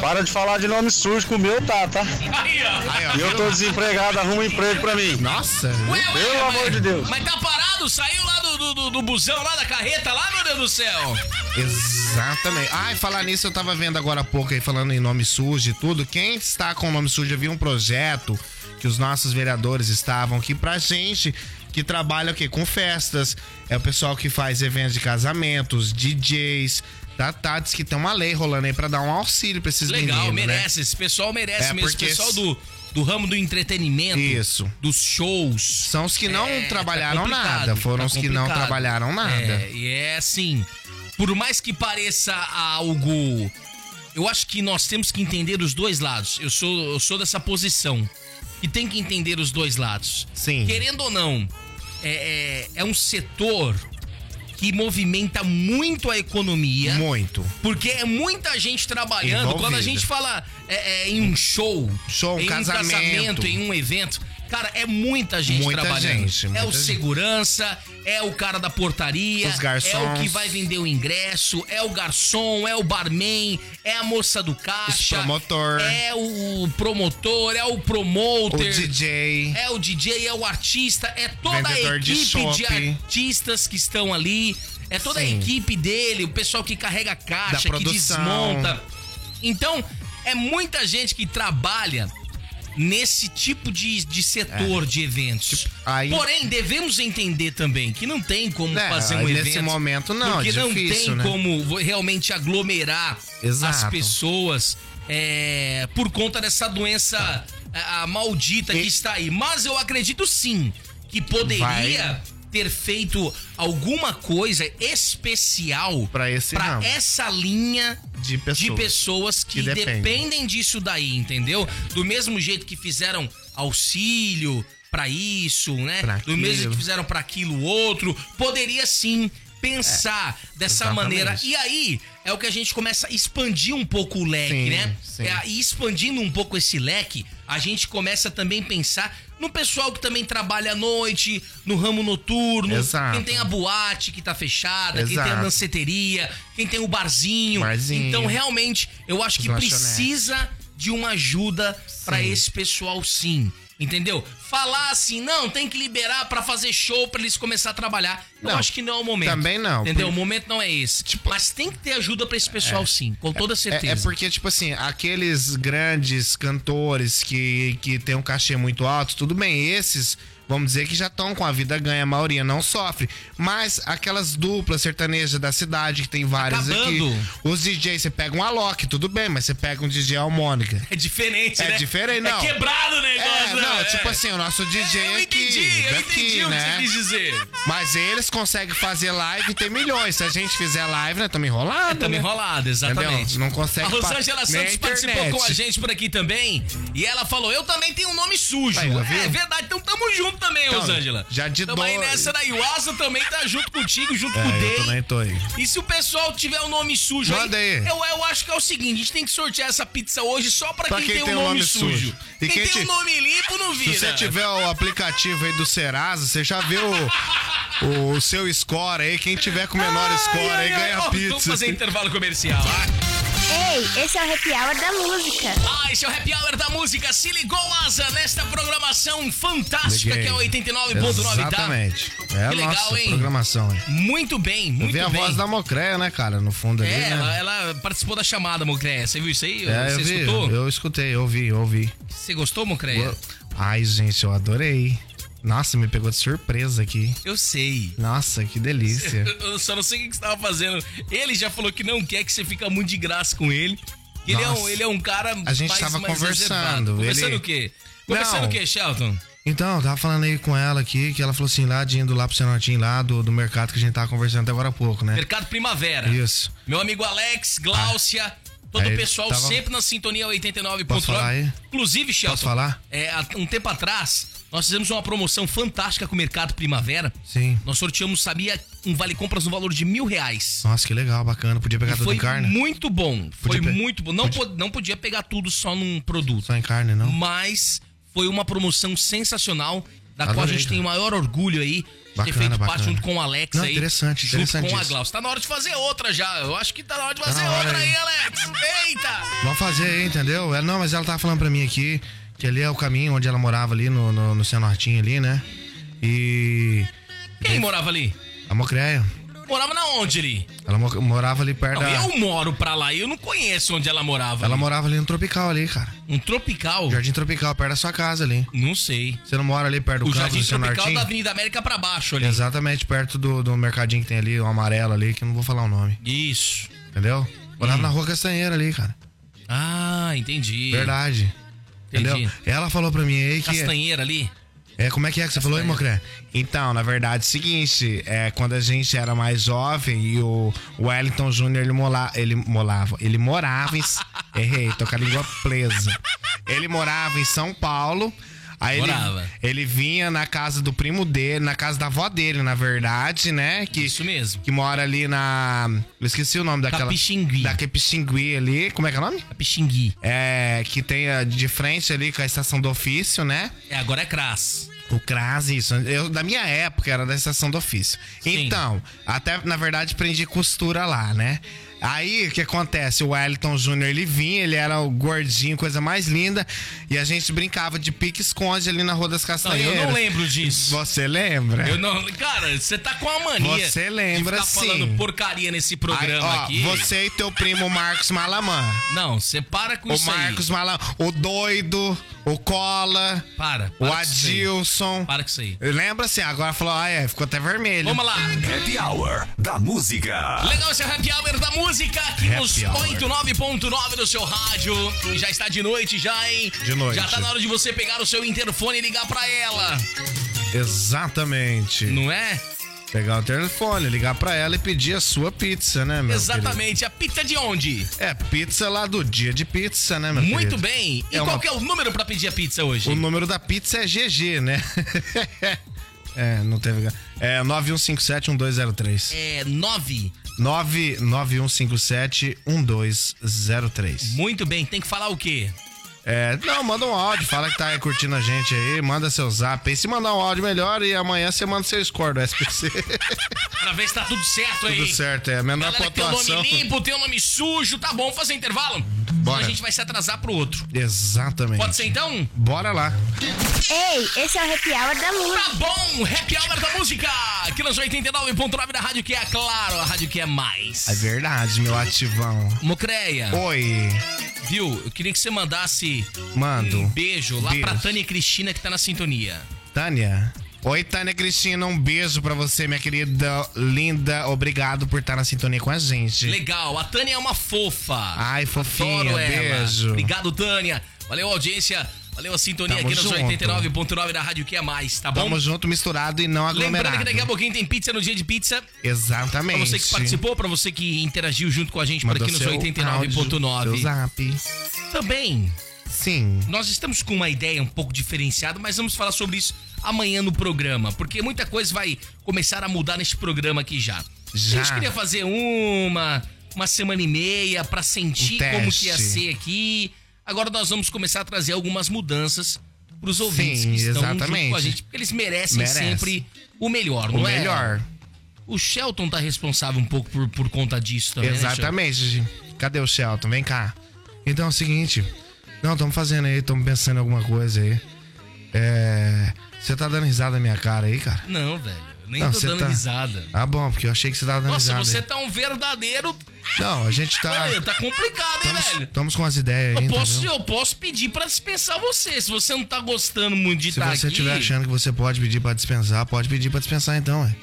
[SPEAKER 6] Para de falar de nome sujo com o meu, tá, tá?
[SPEAKER 3] Aí, ó.
[SPEAKER 4] Aí, ó,
[SPEAKER 6] E eu tô desempregado, arruma um emprego pra mim.
[SPEAKER 4] Nossa.
[SPEAKER 3] Ué, ué,
[SPEAKER 6] Pelo
[SPEAKER 3] mas-
[SPEAKER 6] amor de Deus.
[SPEAKER 3] Mas tá parado? Saiu lá do, do, do- do busão, lá da carreta, lá, meu Deus do céu.
[SPEAKER 4] Exatamente. Ai, falar nisso, eu tava vendo agora há pouco aí, falando em nome sujo e tudo. Quem está com o nome sujo, eu vi um projeto que os nossos vereadores estavam aqui pra gente, que trabalha o quê? Com festas. É o pessoal que faz eventos de casamentos, DJs, tá? Tá, diz que tem uma lei rolando aí pra dar um auxílio pra esses
[SPEAKER 3] Legal,
[SPEAKER 4] meninos, né?
[SPEAKER 3] merece. Esse pessoal merece
[SPEAKER 4] É,
[SPEAKER 3] mesmo. Esse
[SPEAKER 4] porque
[SPEAKER 3] pessoal
[SPEAKER 4] esse-
[SPEAKER 3] do, do ramo do entretenimento,
[SPEAKER 4] Isso.
[SPEAKER 3] dos shows.
[SPEAKER 4] São os que não
[SPEAKER 3] É, tá
[SPEAKER 4] trabalharam
[SPEAKER 3] complicado,
[SPEAKER 4] nada. Foram
[SPEAKER 3] tá
[SPEAKER 4] os que não
[SPEAKER 3] complicado.
[SPEAKER 4] trabalharam nada.
[SPEAKER 3] É, e é assim, por mais que pareça algo. Eu acho que nós temos que entender os dois lados. Eu sou, eu sou dessa posição. E tem que entender os dois lados.
[SPEAKER 4] Sim.
[SPEAKER 3] Querendo ou não, é, é, é um setor que movimenta muito a economia.
[SPEAKER 4] Muito.
[SPEAKER 3] Porque é muita gente trabalhando.
[SPEAKER 4] Envolvida.
[SPEAKER 3] Quando a gente fala é, é, em um show,
[SPEAKER 4] Show,
[SPEAKER 3] em
[SPEAKER 4] casamento.
[SPEAKER 3] um casamento, em um evento, cara, é muita gente
[SPEAKER 4] Muita
[SPEAKER 3] trabalhando.
[SPEAKER 4] gente,
[SPEAKER 3] é
[SPEAKER 4] muita
[SPEAKER 3] o
[SPEAKER 4] gente.
[SPEAKER 3] segurança, é o cara da portaria,
[SPEAKER 4] Os garçons.
[SPEAKER 3] é o que vai vender o ingresso, é o garçom, é o barman, é a moça do caixa,
[SPEAKER 4] Os promotor.
[SPEAKER 3] é o promotor, é o promoter,
[SPEAKER 4] O DJ.
[SPEAKER 3] é o DJ, é o artista, é toda a
[SPEAKER 4] Vendedor de
[SPEAKER 3] equipe de,
[SPEAKER 4] shopping.
[SPEAKER 3] artistas que estão ali, é toda a
[SPEAKER 4] Sim.
[SPEAKER 3] equipe dele, o pessoal que carrega a
[SPEAKER 4] Da
[SPEAKER 3] caixa, que
[SPEAKER 4] produção.
[SPEAKER 3] desmonta. Então, é muita gente que trabalha nesse tipo de, de setor de eventos.
[SPEAKER 4] É. Tipo, aí-
[SPEAKER 3] Porém, devemos entender também que não tem como
[SPEAKER 4] É,
[SPEAKER 3] fazer um
[SPEAKER 4] aí
[SPEAKER 3] evento.
[SPEAKER 4] nesse momento não, é
[SPEAKER 3] porque não tem
[SPEAKER 4] difícil, né?
[SPEAKER 3] como vo- realmente aglomerar as
[SPEAKER 4] Exato.
[SPEAKER 3] pessoas é, por conta dessa doença é, a, a maldita que
[SPEAKER 4] E-
[SPEAKER 3] está aí. Mas eu acredito sim que poderia
[SPEAKER 4] Vai.
[SPEAKER 3] ter feito alguma coisa especial
[SPEAKER 4] Pra esse
[SPEAKER 3] pra
[SPEAKER 4] ramo.
[SPEAKER 3] essa linha
[SPEAKER 4] De pessoas.
[SPEAKER 3] de pessoas que,
[SPEAKER 4] Que
[SPEAKER 3] dependem.
[SPEAKER 4] dependem.
[SPEAKER 3] disso daí, entendeu? Do mesmo jeito que fizeram auxílio pra isso, né?
[SPEAKER 4] Pra
[SPEAKER 3] Do mesmo jeito
[SPEAKER 4] aquilo.
[SPEAKER 3] que fizeram pra aquilo outro, poderia sim pensar dessa
[SPEAKER 4] É, exatamente.
[SPEAKER 3] maneira. E aí é o que a gente começa a expandir um pouco o leque,
[SPEAKER 4] Sim,
[SPEAKER 3] né?
[SPEAKER 4] sim.
[SPEAKER 3] É, e expandindo um pouco esse leque, a gente começa também a pensar no pessoal que também trabalha à noite, no ramo noturno,
[SPEAKER 4] Exato.
[SPEAKER 3] quem tem a boate que tá fechada, quem tem a
[SPEAKER 4] Exato.
[SPEAKER 3] danceteria, quem tem o barzinho.
[SPEAKER 4] Barzinho.
[SPEAKER 3] Então, realmente, eu acho
[SPEAKER 4] Os
[SPEAKER 3] que
[SPEAKER 4] lanchonetes.
[SPEAKER 3] precisa de uma ajuda pra
[SPEAKER 4] Sim.
[SPEAKER 3] esse pessoal, sim. Entendeu? Falar assim, não, tem que liberar pra fazer show pra eles começar a trabalhar. Eu
[SPEAKER 4] Não,
[SPEAKER 3] acho que não é o momento.
[SPEAKER 4] também não,
[SPEAKER 3] Entendeu?
[SPEAKER 4] por- Tipo-
[SPEAKER 3] O momento não é esse. Mas tem que ter ajuda pra esse pessoal, sim. Com toda
[SPEAKER 4] É,
[SPEAKER 3] certeza.
[SPEAKER 4] é porque, tipo assim, aqueles grandes cantores que, que tem um cachê muito alto, tudo bem, esses, vamos dizer que já estão com a vida ganha, a maioria não sofre. Mas aquelas duplas sertanejas da cidade, que tem várias
[SPEAKER 3] Acabando.
[SPEAKER 4] aqui. Os DJs, você pega um Alok, tudo bem, mas você pega um DJ Almônica.
[SPEAKER 3] É diferente,
[SPEAKER 4] É
[SPEAKER 3] né?
[SPEAKER 4] diferente, não.
[SPEAKER 3] É quebrado o negócio,
[SPEAKER 4] É, não,
[SPEAKER 3] né?
[SPEAKER 4] tipo assim, o nosso DJ
[SPEAKER 3] eu
[SPEAKER 4] é aqui,
[SPEAKER 3] entendi, eu
[SPEAKER 4] daqui,
[SPEAKER 3] entendi o que
[SPEAKER 4] né?
[SPEAKER 3] você quis dizer.
[SPEAKER 4] Mas eles conseguem fazer live e ter milhões. Se a gente fizer live, né, tamo enrolado,
[SPEAKER 3] Tá
[SPEAKER 4] né?
[SPEAKER 3] enrolado, exatamente.
[SPEAKER 4] Entendeu? Não consegue
[SPEAKER 3] A
[SPEAKER 4] pa-
[SPEAKER 3] Rosângela
[SPEAKER 4] nem a
[SPEAKER 3] Santos participou
[SPEAKER 4] internet.
[SPEAKER 3] com a gente por aqui também. E ela falou: Eu também tenho um nome sujo.
[SPEAKER 4] Aí, ela
[SPEAKER 3] é
[SPEAKER 4] viu?
[SPEAKER 3] verdade, então tamo junto também,
[SPEAKER 4] Então,
[SPEAKER 3] Rosângela.
[SPEAKER 4] já de
[SPEAKER 3] Tamo aí
[SPEAKER 4] dor.
[SPEAKER 3] nessa daí. O Asa também tá junto contigo, junto com o
[SPEAKER 4] É, eu
[SPEAKER 3] Dei.
[SPEAKER 4] também tô aí.
[SPEAKER 3] E se o pessoal tiver um nome sujo
[SPEAKER 4] Manda aí.
[SPEAKER 3] Eu, eu acho que é o seguinte: a gente tem que sortear essa pizza hoje só pra, quem, tem um nome, sujo.
[SPEAKER 4] E
[SPEAKER 3] quem,
[SPEAKER 4] quem
[SPEAKER 3] tem
[SPEAKER 4] te-
[SPEAKER 3] um nome limpo não vira.
[SPEAKER 4] Se você tiver o aplicativo aí do Serasa, você já vê o, o, seu score aí. Quem tiver com menor score
[SPEAKER 3] Ai,
[SPEAKER 4] aí
[SPEAKER 3] ai,
[SPEAKER 4] ganha
[SPEAKER 3] ai. Ó, Vamos
[SPEAKER 4] pizza.
[SPEAKER 3] fazer então. intervalo comercial. Ah.
[SPEAKER 5] Ei, esse é o happy hour da música.
[SPEAKER 3] Ah, esse é o Happy Hour da Música. Se ligou, Asa, nesta programação fantástica
[SPEAKER 4] Liguei.
[SPEAKER 3] que é 89.9 da.
[SPEAKER 4] Exatamente. É a
[SPEAKER 3] Que legal,
[SPEAKER 4] nossa
[SPEAKER 3] hein?
[SPEAKER 4] programação. hein?
[SPEAKER 3] Muito bem, muito
[SPEAKER 4] Eu vi
[SPEAKER 3] bem.
[SPEAKER 4] a voz da Mocreia, né, cara, no fundo ali,
[SPEAKER 3] É, ela,
[SPEAKER 4] né?
[SPEAKER 3] ela participou da chamada, Mocréia. Você viu isso aí?
[SPEAKER 4] É,
[SPEAKER 3] Você
[SPEAKER 4] eu vi,
[SPEAKER 3] escutou? É.
[SPEAKER 4] eu escutei, eu ouvi, eu ouvi.
[SPEAKER 3] Você gostou, Mocréia? Eu...
[SPEAKER 4] Ai, gente, eu adorei. Nossa, me pegou de surpresa aqui.
[SPEAKER 3] sei.
[SPEAKER 4] Nossa, que delícia.
[SPEAKER 3] Eu só não sei o que que você tava fazendo. Ele já falou que não quer que você fica muito de graça com ele. Ele, é um,
[SPEAKER 4] Nossa.
[SPEAKER 3] ele é um cara.
[SPEAKER 4] A gente
[SPEAKER 3] mais,
[SPEAKER 4] tava
[SPEAKER 3] mais
[SPEAKER 4] conversando,
[SPEAKER 3] reservado. Conversando
[SPEAKER 4] ele-
[SPEAKER 3] o quê? Conversando o
[SPEAKER 4] Não.
[SPEAKER 3] quê, Shelton?
[SPEAKER 4] Então, eu tava falando aí com ela aqui, que ela falou assim, lá de indo lá pro Cenotinho, lá do, do mercado que a gente tava conversando até agora há pouco, né?
[SPEAKER 3] Mercado Primavera.
[SPEAKER 4] Isso.
[SPEAKER 3] Meu amigo Alex, Gláucia, todo
[SPEAKER 4] Aí,
[SPEAKER 3] o pessoal
[SPEAKER 4] tava-
[SPEAKER 3] sempre na sintonia
[SPEAKER 4] Posso falar
[SPEAKER 3] 89.9.
[SPEAKER 4] aí?
[SPEAKER 3] Inclusive, Shelton,
[SPEAKER 4] Posso falar?
[SPEAKER 3] é, há um tempo atrás, nós fizemos uma promoção fantástica com o Mercado Primavera.
[SPEAKER 4] Sim.
[SPEAKER 3] Nós sorteamos, sabia, um vale compras no valor de mil reais.
[SPEAKER 4] Nossa, que legal, bacana. Podia pegar
[SPEAKER 3] E
[SPEAKER 4] tudo
[SPEAKER 3] foi
[SPEAKER 4] em carne?
[SPEAKER 3] muito bom. Foi
[SPEAKER 4] Podia pe-
[SPEAKER 3] muito bom. Não, po- não podia pegar tudo só num produto.
[SPEAKER 4] Só em carne, não?
[SPEAKER 3] Mas foi uma promoção sensacional, da
[SPEAKER 4] Adorei,
[SPEAKER 3] qual a gente
[SPEAKER 4] cara.
[SPEAKER 3] tem o maior orgulho aí. de ter
[SPEAKER 4] Bacana,
[SPEAKER 3] feito parte
[SPEAKER 4] bacana.
[SPEAKER 3] junto com o Alex
[SPEAKER 4] Não,
[SPEAKER 3] aí.
[SPEAKER 4] interessante,
[SPEAKER 3] junto
[SPEAKER 4] interessante
[SPEAKER 3] com a
[SPEAKER 4] isso.
[SPEAKER 3] Glaucia. Tá na hora de fazer outra já. Eu acho que tá na hora de fazer
[SPEAKER 4] na hora
[SPEAKER 3] outra aí.
[SPEAKER 4] aí.
[SPEAKER 3] Alex. Eita!
[SPEAKER 4] Vamos fazer aí, entendeu? Ela, não, mas ela tava falando pra mim aqui que ali é o caminho onde ela morava ali no, no, no Cenortinho ali, né? E
[SPEAKER 3] Quem morava ali?
[SPEAKER 4] a Mocreia,
[SPEAKER 3] Morava na onde ali?
[SPEAKER 4] ela mo- morava ali perto
[SPEAKER 3] Não,
[SPEAKER 4] da...
[SPEAKER 3] eu moro pra lá e eu não conheço onde ela morava.
[SPEAKER 4] Ela
[SPEAKER 3] ali.
[SPEAKER 4] morava ali no Tropical ali, cara.
[SPEAKER 3] Um tropical?
[SPEAKER 4] Jardim Tropical, perto da sua casa ali.
[SPEAKER 3] Não sei.
[SPEAKER 4] Você não mora ali perto do
[SPEAKER 3] o
[SPEAKER 4] campo
[SPEAKER 3] Jardim
[SPEAKER 4] do
[SPEAKER 3] Tropical
[SPEAKER 4] Cenortinho?
[SPEAKER 3] da Avenida América pra baixo ali.
[SPEAKER 4] Exatamente, perto do, do mercadinho que tem ali, o amarelo ali, que eu não vou falar o nome.
[SPEAKER 3] Isso.
[SPEAKER 4] Entendeu? Morava
[SPEAKER 3] Hum.
[SPEAKER 4] na rua Castanheira ali, cara.
[SPEAKER 3] Ah, entendi.
[SPEAKER 4] Verdade. Entendeu?
[SPEAKER 3] Entendi.
[SPEAKER 4] Ela falou pra mim aí que.
[SPEAKER 3] Castanheira ali?
[SPEAKER 4] É, como é que é que você falou, hein, Mocré? Então, na verdade, é o seguinte, é, quando a gente era mais jovem e o Wellington Júnior, ele, mola, ele molava, ele morava em... Errei, tô com a língua presa. Ele morava em São Paulo, Aí ele,
[SPEAKER 3] Morava.
[SPEAKER 4] ele vinha na casa do primo dele, na casa da avó dele, na verdade, né? Que,
[SPEAKER 3] Isso mesmo.
[SPEAKER 4] que mora ali na. Eu esqueci o nome daquela.
[SPEAKER 3] Capixingui.
[SPEAKER 4] Da Capixingui ali. Como é que é o nome?
[SPEAKER 3] Pixingui.
[SPEAKER 4] É. Que tem a- de frente ali com a estação do ofício, né?
[SPEAKER 3] É, agora é Cras.
[SPEAKER 4] O Crase, isso. Eu, da minha época era da estação do ofício.
[SPEAKER 3] Sim.
[SPEAKER 4] Então, até na verdade aprendi costura lá, né? Aí o que acontece? O Wellington Júnior ele vinha, ele era o gordinho, coisa mais linda, e a gente brincava de pique-esconde ali na Rua das
[SPEAKER 3] Não,
[SPEAKER 4] Castanheiras.
[SPEAKER 3] eu não lembro disso.
[SPEAKER 4] Você lembra?
[SPEAKER 3] Eu não, cara, você tá com uma mania.
[SPEAKER 4] Você lembra,
[SPEAKER 3] de ficar falando
[SPEAKER 4] sim.
[SPEAKER 3] porcaria nesse
[SPEAKER 4] Aí,
[SPEAKER 3] programa
[SPEAKER 4] ó,
[SPEAKER 3] aqui.
[SPEAKER 4] Você e teu primo Marcos Malamã.
[SPEAKER 3] Não, você para com
[SPEAKER 4] O
[SPEAKER 3] isso
[SPEAKER 4] Marcos Malamã, o doido, o Cola,
[SPEAKER 3] aí. Para. para
[SPEAKER 4] o
[SPEAKER 3] com isso aí.
[SPEAKER 4] Adilson.
[SPEAKER 3] Para com isso aí.
[SPEAKER 4] Lembra assim, agora falou, ah, é, ficou até vermelho.
[SPEAKER 3] Vamos lá.
[SPEAKER 1] Happy Hour da Música.
[SPEAKER 3] Legal esse happy hour da música aqui
[SPEAKER 4] Happy
[SPEAKER 3] nos
[SPEAKER 4] hour.
[SPEAKER 3] 89.9 do seu rádio. E Já está de noite, já, hein?
[SPEAKER 4] De noite.
[SPEAKER 3] Já tá na hora de você pegar o seu interfone e ligar pra ela,
[SPEAKER 4] Exatamente.
[SPEAKER 3] não é?
[SPEAKER 4] Pegar o telefone, ligar pra ela e pedir a sua pizza, né, meu querido?
[SPEAKER 3] Exatamente. A pita de onde?
[SPEAKER 4] É, pizza lá do dia de pizza, né, meu
[SPEAKER 3] Muito
[SPEAKER 4] querido?
[SPEAKER 3] bem. E
[SPEAKER 4] É
[SPEAKER 3] qual
[SPEAKER 4] uma-
[SPEAKER 3] que é o número pra pedir a pizza hoje?
[SPEAKER 4] O número da pizza é GG, né? é, não teve... É 9157-1203.
[SPEAKER 3] É 9.
[SPEAKER 4] 99157-1203.
[SPEAKER 3] Muito bem. Tem que falar o quê?
[SPEAKER 4] É, não, manda um áudio, fala que tá aí curtindo a gente aí, manda seu zap aí. Se mandar um áudio, melhor. E amanhã você manda seu score do SPC.
[SPEAKER 3] Pra ver se tá tudo certo aí.
[SPEAKER 4] Tudo certo, é a menor
[SPEAKER 3] Galera que tem o
[SPEAKER 4] pontuação.
[SPEAKER 3] nome limpo, tem o nome sujo, tá bom, fazer intervalo? Senão
[SPEAKER 4] Bora.
[SPEAKER 3] A gente vai se atrasar pro outro.
[SPEAKER 4] Exatamente.
[SPEAKER 3] Pode ser então?
[SPEAKER 4] Bora lá.
[SPEAKER 5] Ei, esse é o happy hour da música.
[SPEAKER 3] Tá bom, Happy Hour da Música, aqui nas 89.9 da Rádio Que É Claro, a Rádio Que É
[SPEAKER 4] É
[SPEAKER 3] Mais.
[SPEAKER 4] verdade, meu ativão.
[SPEAKER 3] Mocreia,
[SPEAKER 4] Oi,
[SPEAKER 3] viu, eu queria que você mandasse um
[SPEAKER 4] mando.
[SPEAKER 3] beijo lá
[SPEAKER 4] Beijo.
[SPEAKER 3] pra Tânia e Cristina que tá na sintonia.
[SPEAKER 4] Tânia. Oi, Tânia Cristina, um beijo pra você, minha querida linda. Obrigado por estar na sintonia com a gente.
[SPEAKER 3] Legal, a Tânia é uma fofa.
[SPEAKER 4] Ai, fofinha,
[SPEAKER 3] Adoro ela.
[SPEAKER 4] beijo.
[SPEAKER 3] Obrigado, Tânia. Valeu a audiência, valeu a sintonia
[SPEAKER 4] Tamo
[SPEAKER 3] aqui nas
[SPEAKER 4] junto.
[SPEAKER 3] 89.9 da Rádio Que É Mais, tá bom?
[SPEAKER 4] Tamo junto, misturado e não aglomerado.
[SPEAKER 3] Lembrando que daqui a pouquinho tem pizza no dia de pizza.
[SPEAKER 4] Exatamente.
[SPEAKER 3] Pra você que participou, pra você que interagiu junto com a gente
[SPEAKER 4] Mandou
[SPEAKER 3] por aqui nos
[SPEAKER 4] seu áudio, seu
[SPEAKER 3] 89.9.
[SPEAKER 4] zap.
[SPEAKER 3] Também,
[SPEAKER 4] Sim.
[SPEAKER 3] nós estamos com uma ideia um pouco diferenciada, mas vamos falar sobre isso amanhã no programa, porque muita coisa vai começar a mudar neste programa aqui já.
[SPEAKER 4] Já.
[SPEAKER 3] A gente queria fazer uma, uma semana e meia pra sentir
[SPEAKER 4] Um teste.
[SPEAKER 3] como que ia ser aqui. Agora nós vamos começar a trazer algumas mudanças pros ouvintes
[SPEAKER 4] Sim,
[SPEAKER 3] que estão junto
[SPEAKER 4] exatamente.
[SPEAKER 3] com a gente, porque eles merecem
[SPEAKER 4] Merece.
[SPEAKER 3] sempre o melhor,
[SPEAKER 4] O
[SPEAKER 3] não é?
[SPEAKER 4] melhor.
[SPEAKER 3] O Shelton tá responsável um pouco por, por conta disso também. né, Shelton?
[SPEAKER 4] Exatamente. Gigi. Cadê o Shelton? Vem cá. Então é o seguinte. Não, estamos fazendo aí, estamos pensando em alguma coisa aí. É. Você tá dando risada na minha cara aí, cara?
[SPEAKER 3] Não, velho. eu Nem
[SPEAKER 4] Não,
[SPEAKER 3] tô
[SPEAKER 4] você
[SPEAKER 3] dando
[SPEAKER 4] tá-
[SPEAKER 3] risada.
[SPEAKER 4] Ah, bom, porque eu achei que você tava dando
[SPEAKER 3] Nossa,
[SPEAKER 4] risada.
[SPEAKER 3] você
[SPEAKER 4] aí.
[SPEAKER 3] tá um verdadeiro.
[SPEAKER 4] Não, a gente tá.
[SPEAKER 3] Olha, tá complicado, hein, velho?
[SPEAKER 4] Estamos com as ideias aí.
[SPEAKER 3] Eu
[SPEAKER 4] entendeu?
[SPEAKER 3] posso, eu posso pedir pra dispensar você. Se você não tá gostando muito de
[SPEAKER 4] Se
[SPEAKER 3] estar
[SPEAKER 4] você
[SPEAKER 3] tá aqui.
[SPEAKER 4] estiver achando que você pode pedir pra dispensar, pode pedir pra dispensar então, ué.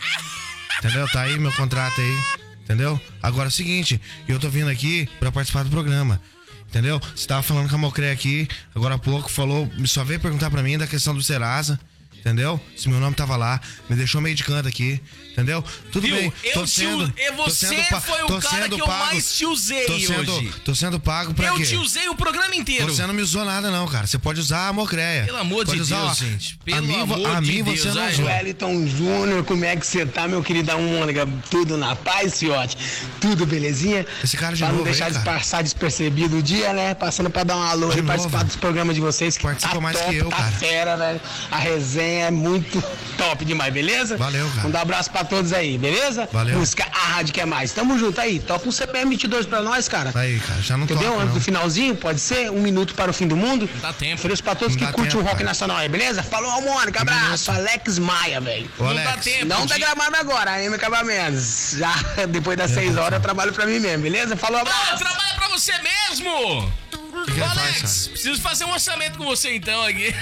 [SPEAKER 4] Entendeu? Tá aí meu contrato aí. Entendeu? Agora é o seguinte, eu tô vindo aqui pra participar do programa. Entendeu? Você tava falando com a Mocré aqui, agora há pouco, falou, só veio perguntar pra mim da questão do Serasa. Entendeu? Se meu nome tava lá, me deixou meio de canto aqui. Entendeu? Tudo
[SPEAKER 3] Viu?
[SPEAKER 4] bem.
[SPEAKER 3] Eu
[SPEAKER 4] tô
[SPEAKER 3] te
[SPEAKER 4] sendo,
[SPEAKER 3] u- e
[SPEAKER 4] tô
[SPEAKER 3] você
[SPEAKER 4] sendo pa-
[SPEAKER 3] foi o
[SPEAKER 4] tô
[SPEAKER 3] cara
[SPEAKER 4] sendo
[SPEAKER 3] que eu
[SPEAKER 4] pago-
[SPEAKER 3] mais te usei
[SPEAKER 4] tô sendo,
[SPEAKER 3] hoje.
[SPEAKER 4] Tô sendo pago pra
[SPEAKER 3] eu
[SPEAKER 4] quê?
[SPEAKER 3] te usei o programa inteiro.
[SPEAKER 4] Você não me usou nada, não, cara. Você pode usar a mocreia.
[SPEAKER 3] Pelo amor de
[SPEAKER 4] Pode usar,
[SPEAKER 3] Deus,
[SPEAKER 4] ó,
[SPEAKER 3] gente.
[SPEAKER 4] a
[SPEAKER 3] Pelo
[SPEAKER 4] mim, vo-
[SPEAKER 3] amor
[SPEAKER 4] a
[SPEAKER 3] de
[SPEAKER 4] mim
[SPEAKER 3] Deus.
[SPEAKER 4] você não
[SPEAKER 3] Ai,
[SPEAKER 4] usou.
[SPEAKER 8] Wellington Júnior, como é que você tá, meu queridão Mônica? Tudo na paz, fiote? Tudo belezinha?
[SPEAKER 4] Esse cara é de
[SPEAKER 8] pra
[SPEAKER 4] novo
[SPEAKER 8] não deixar
[SPEAKER 4] aí,
[SPEAKER 8] de
[SPEAKER 4] cara.
[SPEAKER 8] passar despercebido o dia, né? Passando pra dar um alô
[SPEAKER 4] De
[SPEAKER 8] e participar
[SPEAKER 4] novo.
[SPEAKER 8] dos programas de vocês. Que
[SPEAKER 4] Participa
[SPEAKER 8] tá
[SPEAKER 4] mais
[SPEAKER 8] top,
[SPEAKER 4] que eu,
[SPEAKER 8] tá
[SPEAKER 4] cara.
[SPEAKER 8] fera, velho. A resenha é muito top demais, beleza?
[SPEAKER 4] Valeu, cara.
[SPEAKER 8] Um abraço pra todos aí, beleza?
[SPEAKER 4] Valeu.
[SPEAKER 8] Música A Rádio Quer Mais. Tamo junto aí. Topa um CPM22 pra nós, cara.
[SPEAKER 4] Tá aí, cara. Já não
[SPEAKER 8] Entendeu?
[SPEAKER 4] toca,
[SPEAKER 8] Antes
[SPEAKER 4] não.
[SPEAKER 8] do finalzinho, pode ser? Um minuto para o fim do mundo.
[SPEAKER 3] Dá tempo.
[SPEAKER 8] Feliz pra todos
[SPEAKER 4] Não
[SPEAKER 8] que
[SPEAKER 4] dá
[SPEAKER 8] curtem
[SPEAKER 4] tempo,
[SPEAKER 8] o rock
[SPEAKER 4] cara.
[SPEAKER 8] nacional aí, beleza? Falou, Mônica. Abraço. Alex Maia, velho.
[SPEAKER 4] Ô,
[SPEAKER 3] Não dá
[SPEAKER 4] Alex,
[SPEAKER 3] tempo.
[SPEAKER 8] Não tá
[SPEAKER 3] de-
[SPEAKER 8] gravado agora, aí me acaba menos. Já depois das seis horas eu trabalho pra mim mesmo, beleza? Falou,
[SPEAKER 3] Ah,
[SPEAKER 8] abraço.
[SPEAKER 3] trabalha pra você mesmo!
[SPEAKER 4] o que, que
[SPEAKER 3] Ô,
[SPEAKER 4] ele
[SPEAKER 3] Alex,
[SPEAKER 4] faz, cara?
[SPEAKER 3] preciso fazer um orçamento com você então aqui.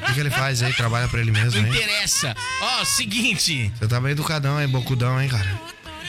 [SPEAKER 4] O que, que ele faz aí? Trabalha pra ele mesmo,
[SPEAKER 3] Não
[SPEAKER 4] hein?
[SPEAKER 3] interessa. Ó, seguinte,
[SPEAKER 4] Você tá bem educadão, hein? Bocudão, hein, cara?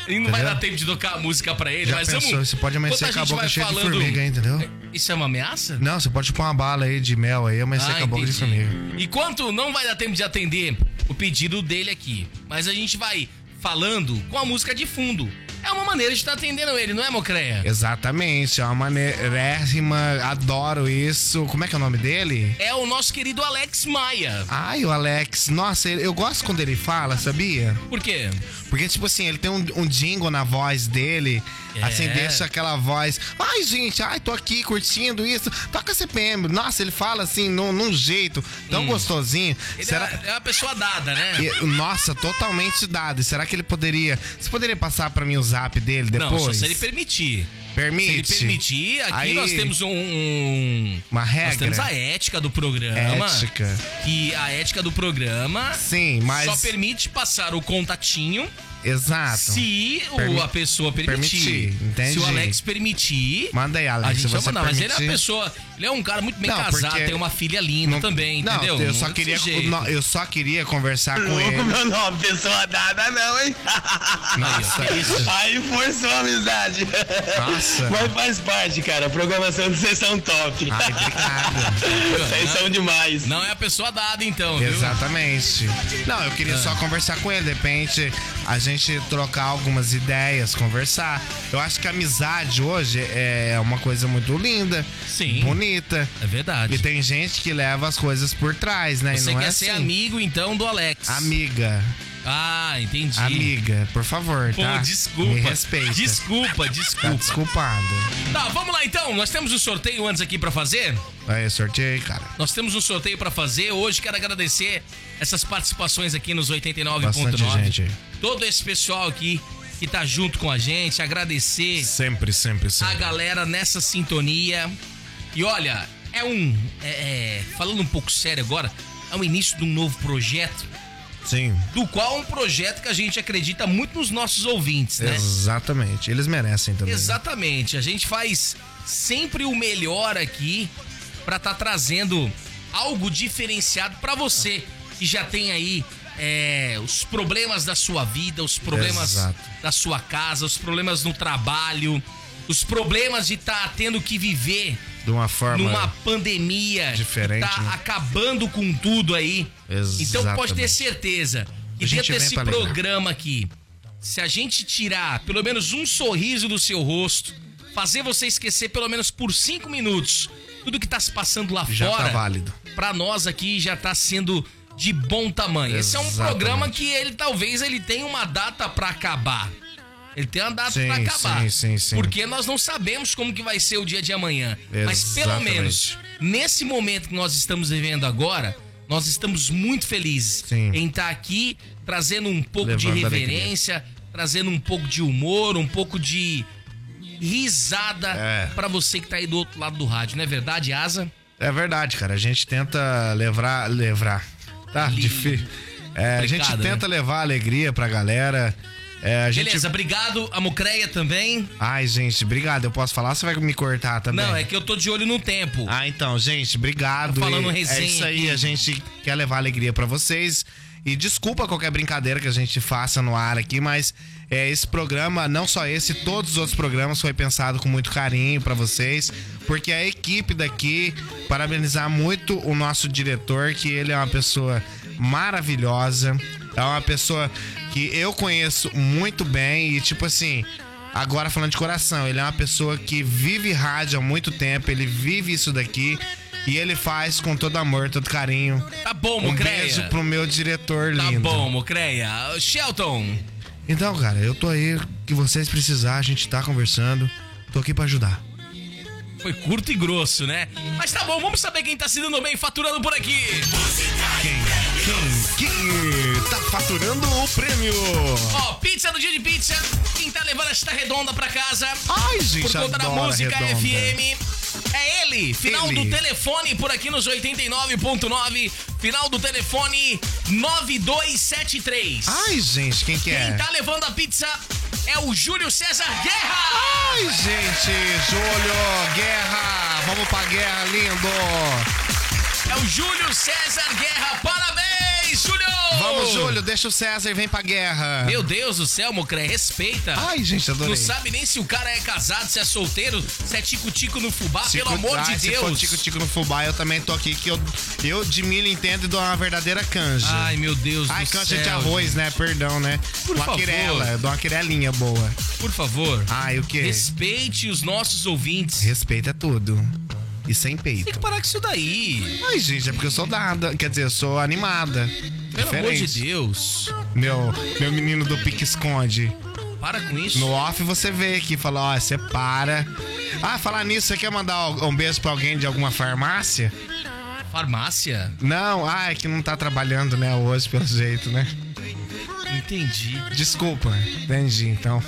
[SPEAKER 3] ele não vai
[SPEAKER 4] Entendeu?
[SPEAKER 3] dar tempo de tocar a música pra ele,
[SPEAKER 4] Já
[SPEAKER 3] mas
[SPEAKER 4] pensou?
[SPEAKER 3] vamos.
[SPEAKER 4] Você pode amanhecer
[SPEAKER 3] Enquanto
[SPEAKER 4] com a
[SPEAKER 3] gente
[SPEAKER 4] boca
[SPEAKER 3] vai
[SPEAKER 4] cheia de formiga, hein, entendeu?
[SPEAKER 3] Isso é uma ameaça?
[SPEAKER 4] Não, você pode pôr uma bala aí de mel aí, amanhecer com a boca de
[SPEAKER 3] Ah, entendi.
[SPEAKER 4] formiga.
[SPEAKER 3] Enquanto não vai dar tempo de atender o pedido dele aqui, mas a gente vai falando com a música de fundo. É uma maneira de estar atendendo ele, não é, Mocreia?
[SPEAKER 4] Exatamente, é uma maneirérrima, adoro isso. Como é que é o nome dele?
[SPEAKER 3] É o nosso querido Alex Maia.
[SPEAKER 4] Ai, o Alex, nossa, ele- eu gosto quando ele fala, sabia?
[SPEAKER 3] Por quê?
[SPEAKER 4] Porque, tipo assim, ele tem um, um jingle na voz dele,
[SPEAKER 3] É.
[SPEAKER 4] assim, deixa aquela voz. Ai, gente, ai, tô aqui curtindo isso. Toca CPM. Nossa, ele fala assim, num, num jeito tão gostosinho.
[SPEAKER 3] Hum. Ele
[SPEAKER 4] Será...
[SPEAKER 3] é, é uma pessoa dada, né?
[SPEAKER 4] E- Nossa, totalmente dado. E Será que ele poderia. Você poderia passar pra mim o zap dele depois?
[SPEAKER 3] Não, só se ele permitir. Se ele
[SPEAKER 4] Permite.
[SPEAKER 3] permitir, aqui
[SPEAKER 4] Aí-
[SPEAKER 3] nós temos um- um.
[SPEAKER 4] Uma
[SPEAKER 3] Nós
[SPEAKER 4] regra.
[SPEAKER 3] temos a né, ética do programa.
[SPEAKER 4] Ética.
[SPEAKER 3] Que a ética do programa
[SPEAKER 4] Sim, mas.
[SPEAKER 3] só permite passar o contatinho
[SPEAKER 4] Exato.
[SPEAKER 3] se o-
[SPEAKER 4] Ah, tá. Permi-
[SPEAKER 3] a pessoa permitir.
[SPEAKER 4] Permitir, entendi.
[SPEAKER 3] Se o Alex permitir.
[SPEAKER 4] Manda aí, Alex.
[SPEAKER 3] A gente
[SPEAKER 4] se
[SPEAKER 3] vai
[SPEAKER 4] você
[SPEAKER 3] mandar, mas ele é uma
[SPEAKER 4] permitir.
[SPEAKER 3] pessoa. Ele é um cara muito bem
[SPEAKER 4] Não,
[SPEAKER 3] casado,
[SPEAKER 4] porque-
[SPEAKER 3] tem uma filha linda também,
[SPEAKER 4] não,
[SPEAKER 3] entendeu?
[SPEAKER 4] Eu só,
[SPEAKER 3] Não
[SPEAKER 4] queria,
[SPEAKER 3] tem jeito.
[SPEAKER 4] não, eu só queria conversar com
[SPEAKER 8] tá Louco,
[SPEAKER 4] ele.
[SPEAKER 8] meu nome, pessoa dada não, hein?
[SPEAKER 4] tá Nossa, isso.
[SPEAKER 8] Aí forçou a amizade.
[SPEAKER 4] Nossa.
[SPEAKER 8] Mas faz parte, cara. Programação de sessão top.
[SPEAKER 4] Ai, obrigado.
[SPEAKER 8] Vocês são demais.
[SPEAKER 3] Não é a pessoa dada, então, viu? É.
[SPEAKER 4] Exatamente. Não, eu queria só conversar com ele. De repente, a gente trocar algumas ideias, conversar. Eu acho que a amizade hoje é uma coisa muito linda,
[SPEAKER 3] Sim.
[SPEAKER 4] bonita.
[SPEAKER 3] É verdade.
[SPEAKER 4] E tem gente que leva as coisas por trás, né? E
[SPEAKER 3] Você
[SPEAKER 4] não
[SPEAKER 3] quer
[SPEAKER 4] é
[SPEAKER 3] ser
[SPEAKER 4] assim.
[SPEAKER 3] amigo, então, do Alex.
[SPEAKER 4] Amiga.
[SPEAKER 3] Ah, entendi.
[SPEAKER 4] Amiga, por favor,
[SPEAKER 3] Pô,
[SPEAKER 4] tá?
[SPEAKER 3] desculpa.
[SPEAKER 4] Me respeita.
[SPEAKER 3] Desculpa,
[SPEAKER 4] Tá
[SPEAKER 3] desculpa.
[SPEAKER 4] desculpada.
[SPEAKER 3] Tá, vamos lá então. Nós temos um sorteio antes aqui pra fazer.
[SPEAKER 4] Aí, sorteio, cara.
[SPEAKER 3] Nós temos um sorteio pra fazer. Hoje quero agradecer essas participações aqui nos
[SPEAKER 4] Bastante
[SPEAKER 3] 89.9.
[SPEAKER 4] gente.
[SPEAKER 3] Todo esse pessoal aqui que tá junto com a gente, agradecer
[SPEAKER 4] Sempre, sempre,
[SPEAKER 3] a
[SPEAKER 4] sempre.
[SPEAKER 3] galera nessa sintonia. E olha, é um é- é, falando um pouco sério agora, é o início de um novo projeto,
[SPEAKER 4] Sim.
[SPEAKER 3] do qual é um projeto que a gente acredita muito nos nossos ouvintes, né?
[SPEAKER 4] Exatamente. Eles merecem também.
[SPEAKER 3] Exatamente. A gente faz sempre o melhor aqui pra tá trazendo algo diferenciado pra você que já tem aí é, os problemas da sua vida, os problemas
[SPEAKER 4] Exato.
[SPEAKER 3] da sua casa, os problemas no trabalho, os problemas de tá tendo que viver
[SPEAKER 4] De uma forma.
[SPEAKER 3] numa pandemia
[SPEAKER 4] diferente,
[SPEAKER 3] que tá
[SPEAKER 4] né?
[SPEAKER 3] acabando com tudo aí.
[SPEAKER 4] Exatamente.
[SPEAKER 3] Então pode ter certeza que
[SPEAKER 4] A gente
[SPEAKER 3] dentro
[SPEAKER 4] vem
[SPEAKER 3] desse
[SPEAKER 4] pra alegrar.
[SPEAKER 3] programa aqui, se a gente tirar pelo menos um sorriso do seu rosto, fazer você esquecer pelo menos por cinco minutos tudo que tá se passando lá
[SPEAKER 4] Já
[SPEAKER 3] fora,
[SPEAKER 4] tá válido.
[SPEAKER 3] pra nós aqui já tá sendo de bom tamanho. Esse é um
[SPEAKER 4] Exatamente.
[SPEAKER 3] programa que ele talvez ele tenha uma data pra acabar. Ele tem uma data
[SPEAKER 4] Sim,
[SPEAKER 3] pra acabar.
[SPEAKER 4] sim, sim, sim.
[SPEAKER 3] Porque porque nós não sabemos como que vai ser o dia de amanhã. Mas pelo
[SPEAKER 4] Exatamente.
[SPEAKER 3] menos nesse momento que nós estamos vivendo agora, nós estamos muito felizes
[SPEAKER 4] Sim.
[SPEAKER 3] em estar aqui trazendo um pouco de
[SPEAKER 4] Levando alegria.
[SPEAKER 3] reverência, trazendo um pouco de humor, um pouco de risada
[SPEAKER 4] É.
[SPEAKER 3] pra você que tá aí do outro lado do rádio, não é verdade, Asa?
[SPEAKER 4] É verdade, cara. A gente tenta levar. levar tá?
[SPEAKER 3] Li-
[SPEAKER 4] Difícil. É, a gente
[SPEAKER 3] Complicado, né?
[SPEAKER 4] tenta levar alegria pra galera. É, a gente.
[SPEAKER 3] Beleza, obrigado a Mocreia também.
[SPEAKER 4] Ai, gente, obrigado. Eu posso falar? Você vai me cortar também?
[SPEAKER 3] Não, é que eu tô de olho no tempo.
[SPEAKER 4] Ah, então, gente, obrigado.
[SPEAKER 3] Tá falando
[SPEAKER 4] E
[SPEAKER 3] resenha
[SPEAKER 4] é isso aí,
[SPEAKER 3] aqui.
[SPEAKER 4] a gente quer levar alegria pra vocês. E desculpa qualquer brincadeira que a gente faça no ar aqui, mas é, esse programa, não só esse, todos os outros programas foi pensado com muito carinho pra vocês, porque a equipe daqui, parabenizar muito o nosso diretor, que ele é uma pessoa maravilhosa, é uma pessoa que eu conheço muito bem e tipo assim, Agora falando de coração, ele é uma pessoa que vive rádio há muito tempo, ele vive isso daqui e ele faz com todo amor, todo carinho.
[SPEAKER 3] Tá bom,
[SPEAKER 4] Um
[SPEAKER 3] Mocreia.
[SPEAKER 4] beijo pro meu diretor
[SPEAKER 3] Tá
[SPEAKER 4] lindo.
[SPEAKER 3] bom, Mocreia. Shelton,
[SPEAKER 4] Então, cara, eu tô aí que vocês precisar, a gente tá conversando. Tô aqui pra ajudar.
[SPEAKER 3] Foi curto e grosso, né? Mas tá bom, vamos saber quem tá se dando bem faturando por aqui.
[SPEAKER 4] Quem tá faturando o prêmio?
[SPEAKER 3] Ó, pizza do dia de pizza. Quem tá levando esta redonda pra casa
[SPEAKER 4] Ai,
[SPEAKER 3] por
[SPEAKER 4] gente,
[SPEAKER 3] conta da
[SPEAKER 4] adoro a
[SPEAKER 3] música
[SPEAKER 4] redonda.
[SPEAKER 3] FM. É ele, final
[SPEAKER 4] Ele.
[SPEAKER 3] do telefone por aqui nos 89.9, final do telefone 9273.
[SPEAKER 4] Ai, gente, quem que Ah, é?
[SPEAKER 3] Quem tá levando a pizza é o Júlio César Guerra.
[SPEAKER 4] Ai, gente, Júlio, guerra. Vamos pra guerra, lindo.
[SPEAKER 3] É o Júlio César Guerra. Parabéns, Júlio!
[SPEAKER 4] Vamos, Júlio! Júlio, deixa o César e vem pra guerra.
[SPEAKER 3] Meu Deus do céu, Mocré, respeita.
[SPEAKER 4] Ai, gente, adorei.
[SPEAKER 3] Não sabe nem se o cara é casado, se é solteiro, se é tico-tico no fubá,
[SPEAKER 4] Se
[SPEAKER 3] pelo
[SPEAKER 4] for-
[SPEAKER 3] amor
[SPEAKER 4] ai,
[SPEAKER 3] de
[SPEAKER 4] ah, Se for
[SPEAKER 3] Deus.
[SPEAKER 4] tico-tico no fubá, eu também tô aqui, que eu, eu de milho entendo e dou uma verdadeira canja.
[SPEAKER 3] Ai, meu Deus
[SPEAKER 4] Ai,
[SPEAKER 3] Ah, do céu.
[SPEAKER 4] canja de arroz, né? Perdão, né?
[SPEAKER 3] Por
[SPEAKER 4] uma
[SPEAKER 3] favor.
[SPEAKER 4] quirela, eu dou uma quirelinha boa.
[SPEAKER 3] Por favor,
[SPEAKER 4] Ai, o quê?
[SPEAKER 3] respeite os nossos ouvintes.
[SPEAKER 4] Respeita tudo. E sem
[SPEAKER 3] Tem que
[SPEAKER 4] peito.
[SPEAKER 3] parar com isso daí.
[SPEAKER 4] Ai, gente, é porque eu sou dada. Quer dizer, eu sou animada.
[SPEAKER 3] Pelo amor de
[SPEAKER 4] Diferente.
[SPEAKER 3] Deus.
[SPEAKER 4] Meu, meu menino do pique-esconde.
[SPEAKER 3] Para com isso.
[SPEAKER 4] No off você vê aqui, fala, ó, você para. Ah, falar nisso, você quer mandar um beijo pra alguém de alguma farmácia?
[SPEAKER 3] Farmácia?
[SPEAKER 4] Não, ah, é que não tá trabalhando, né, hoje, pelo jeito, né?
[SPEAKER 3] Entendi.
[SPEAKER 4] Desculpa, entendi, então.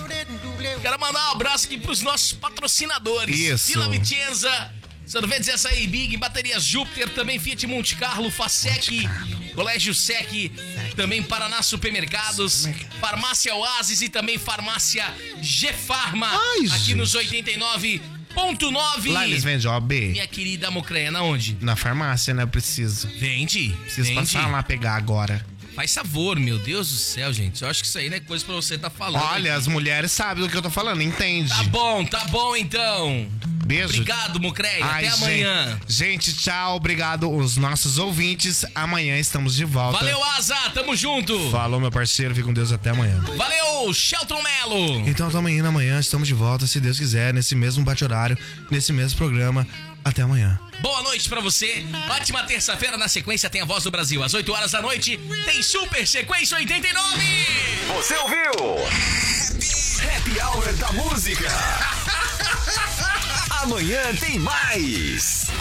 [SPEAKER 3] Quero mandar um abraço aqui pros nossos patrocinadores.
[SPEAKER 4] Isso.
[SPEAKER 3] Vila Vicenza, Sorvetes Açaí Big, Baterias Júpiter, também Fiat Monte Carlo, Fasec, Colégio Sec, também Paraná Supermercados, Farmácia Oasis e também Farmácia G-Farma.
[SPEAKER 4] Ai,
[SPEAKER 3] aqui
[SPEAKER 4] gente.
[SPEAKER 3] nos 89.9.
[SPEAKER 4] Lá eles vendem OB
[SPEAKER 3] Minha querida Mocrena, onde?
[SPEAKER 4] na farmácia, né? Eu preciso.
[SPEAKER 3] Vende.
[SPEAKER 4] Preciso
[SPEAKER 3] vende.
[SPEAKER 4] passar lá pegar agora.
[SPEAKER 3] Faz favor, meu Deus do céu, gente. Eu acho que isso aí não é coisa pra você tá falando.
[SPEAKER 4] Olha, as mulheres sabem do que eu tô falando, entende?
[SPEAKER 3] Tá bom, tá bom então.
[SPEAKER 4] Beijo.
[SPEAKER 3] Obrigado, Mocreia.
[SPEAKER 4] Ai,
[SPEAKER 3] Até
[SPEAKER 4] gente.
[SPEAKER 3] amanhã.
[SPEAKER 4] Gente, tchau, obrigado os nossos ouvintes. Amanhã estamos de volta.
[SPEAKER 3] Valeu, Asa. Tamo junto.
[SPEAKER 4] Falou, meu parceiro, fique com Deus até amanhã.
[SPEAKER 3] Valeu, Shelton Melo.
[SPEAKER 4] Então, até amanhã, amanhã estamos de volta, se Deus quiser, nesse mesmo bate-horário, nesse mesmo programa. Até amanhã.
[SPEAKER 3] Boa noite pra você. Ótima terça-feira. Na sequência tem a Voz do Brasil. Às 8 horas da noite tem Super Sequência 89.
[SPEAKER 1] Você ouviu? Happy Hour da Música. Amanhã tem mais.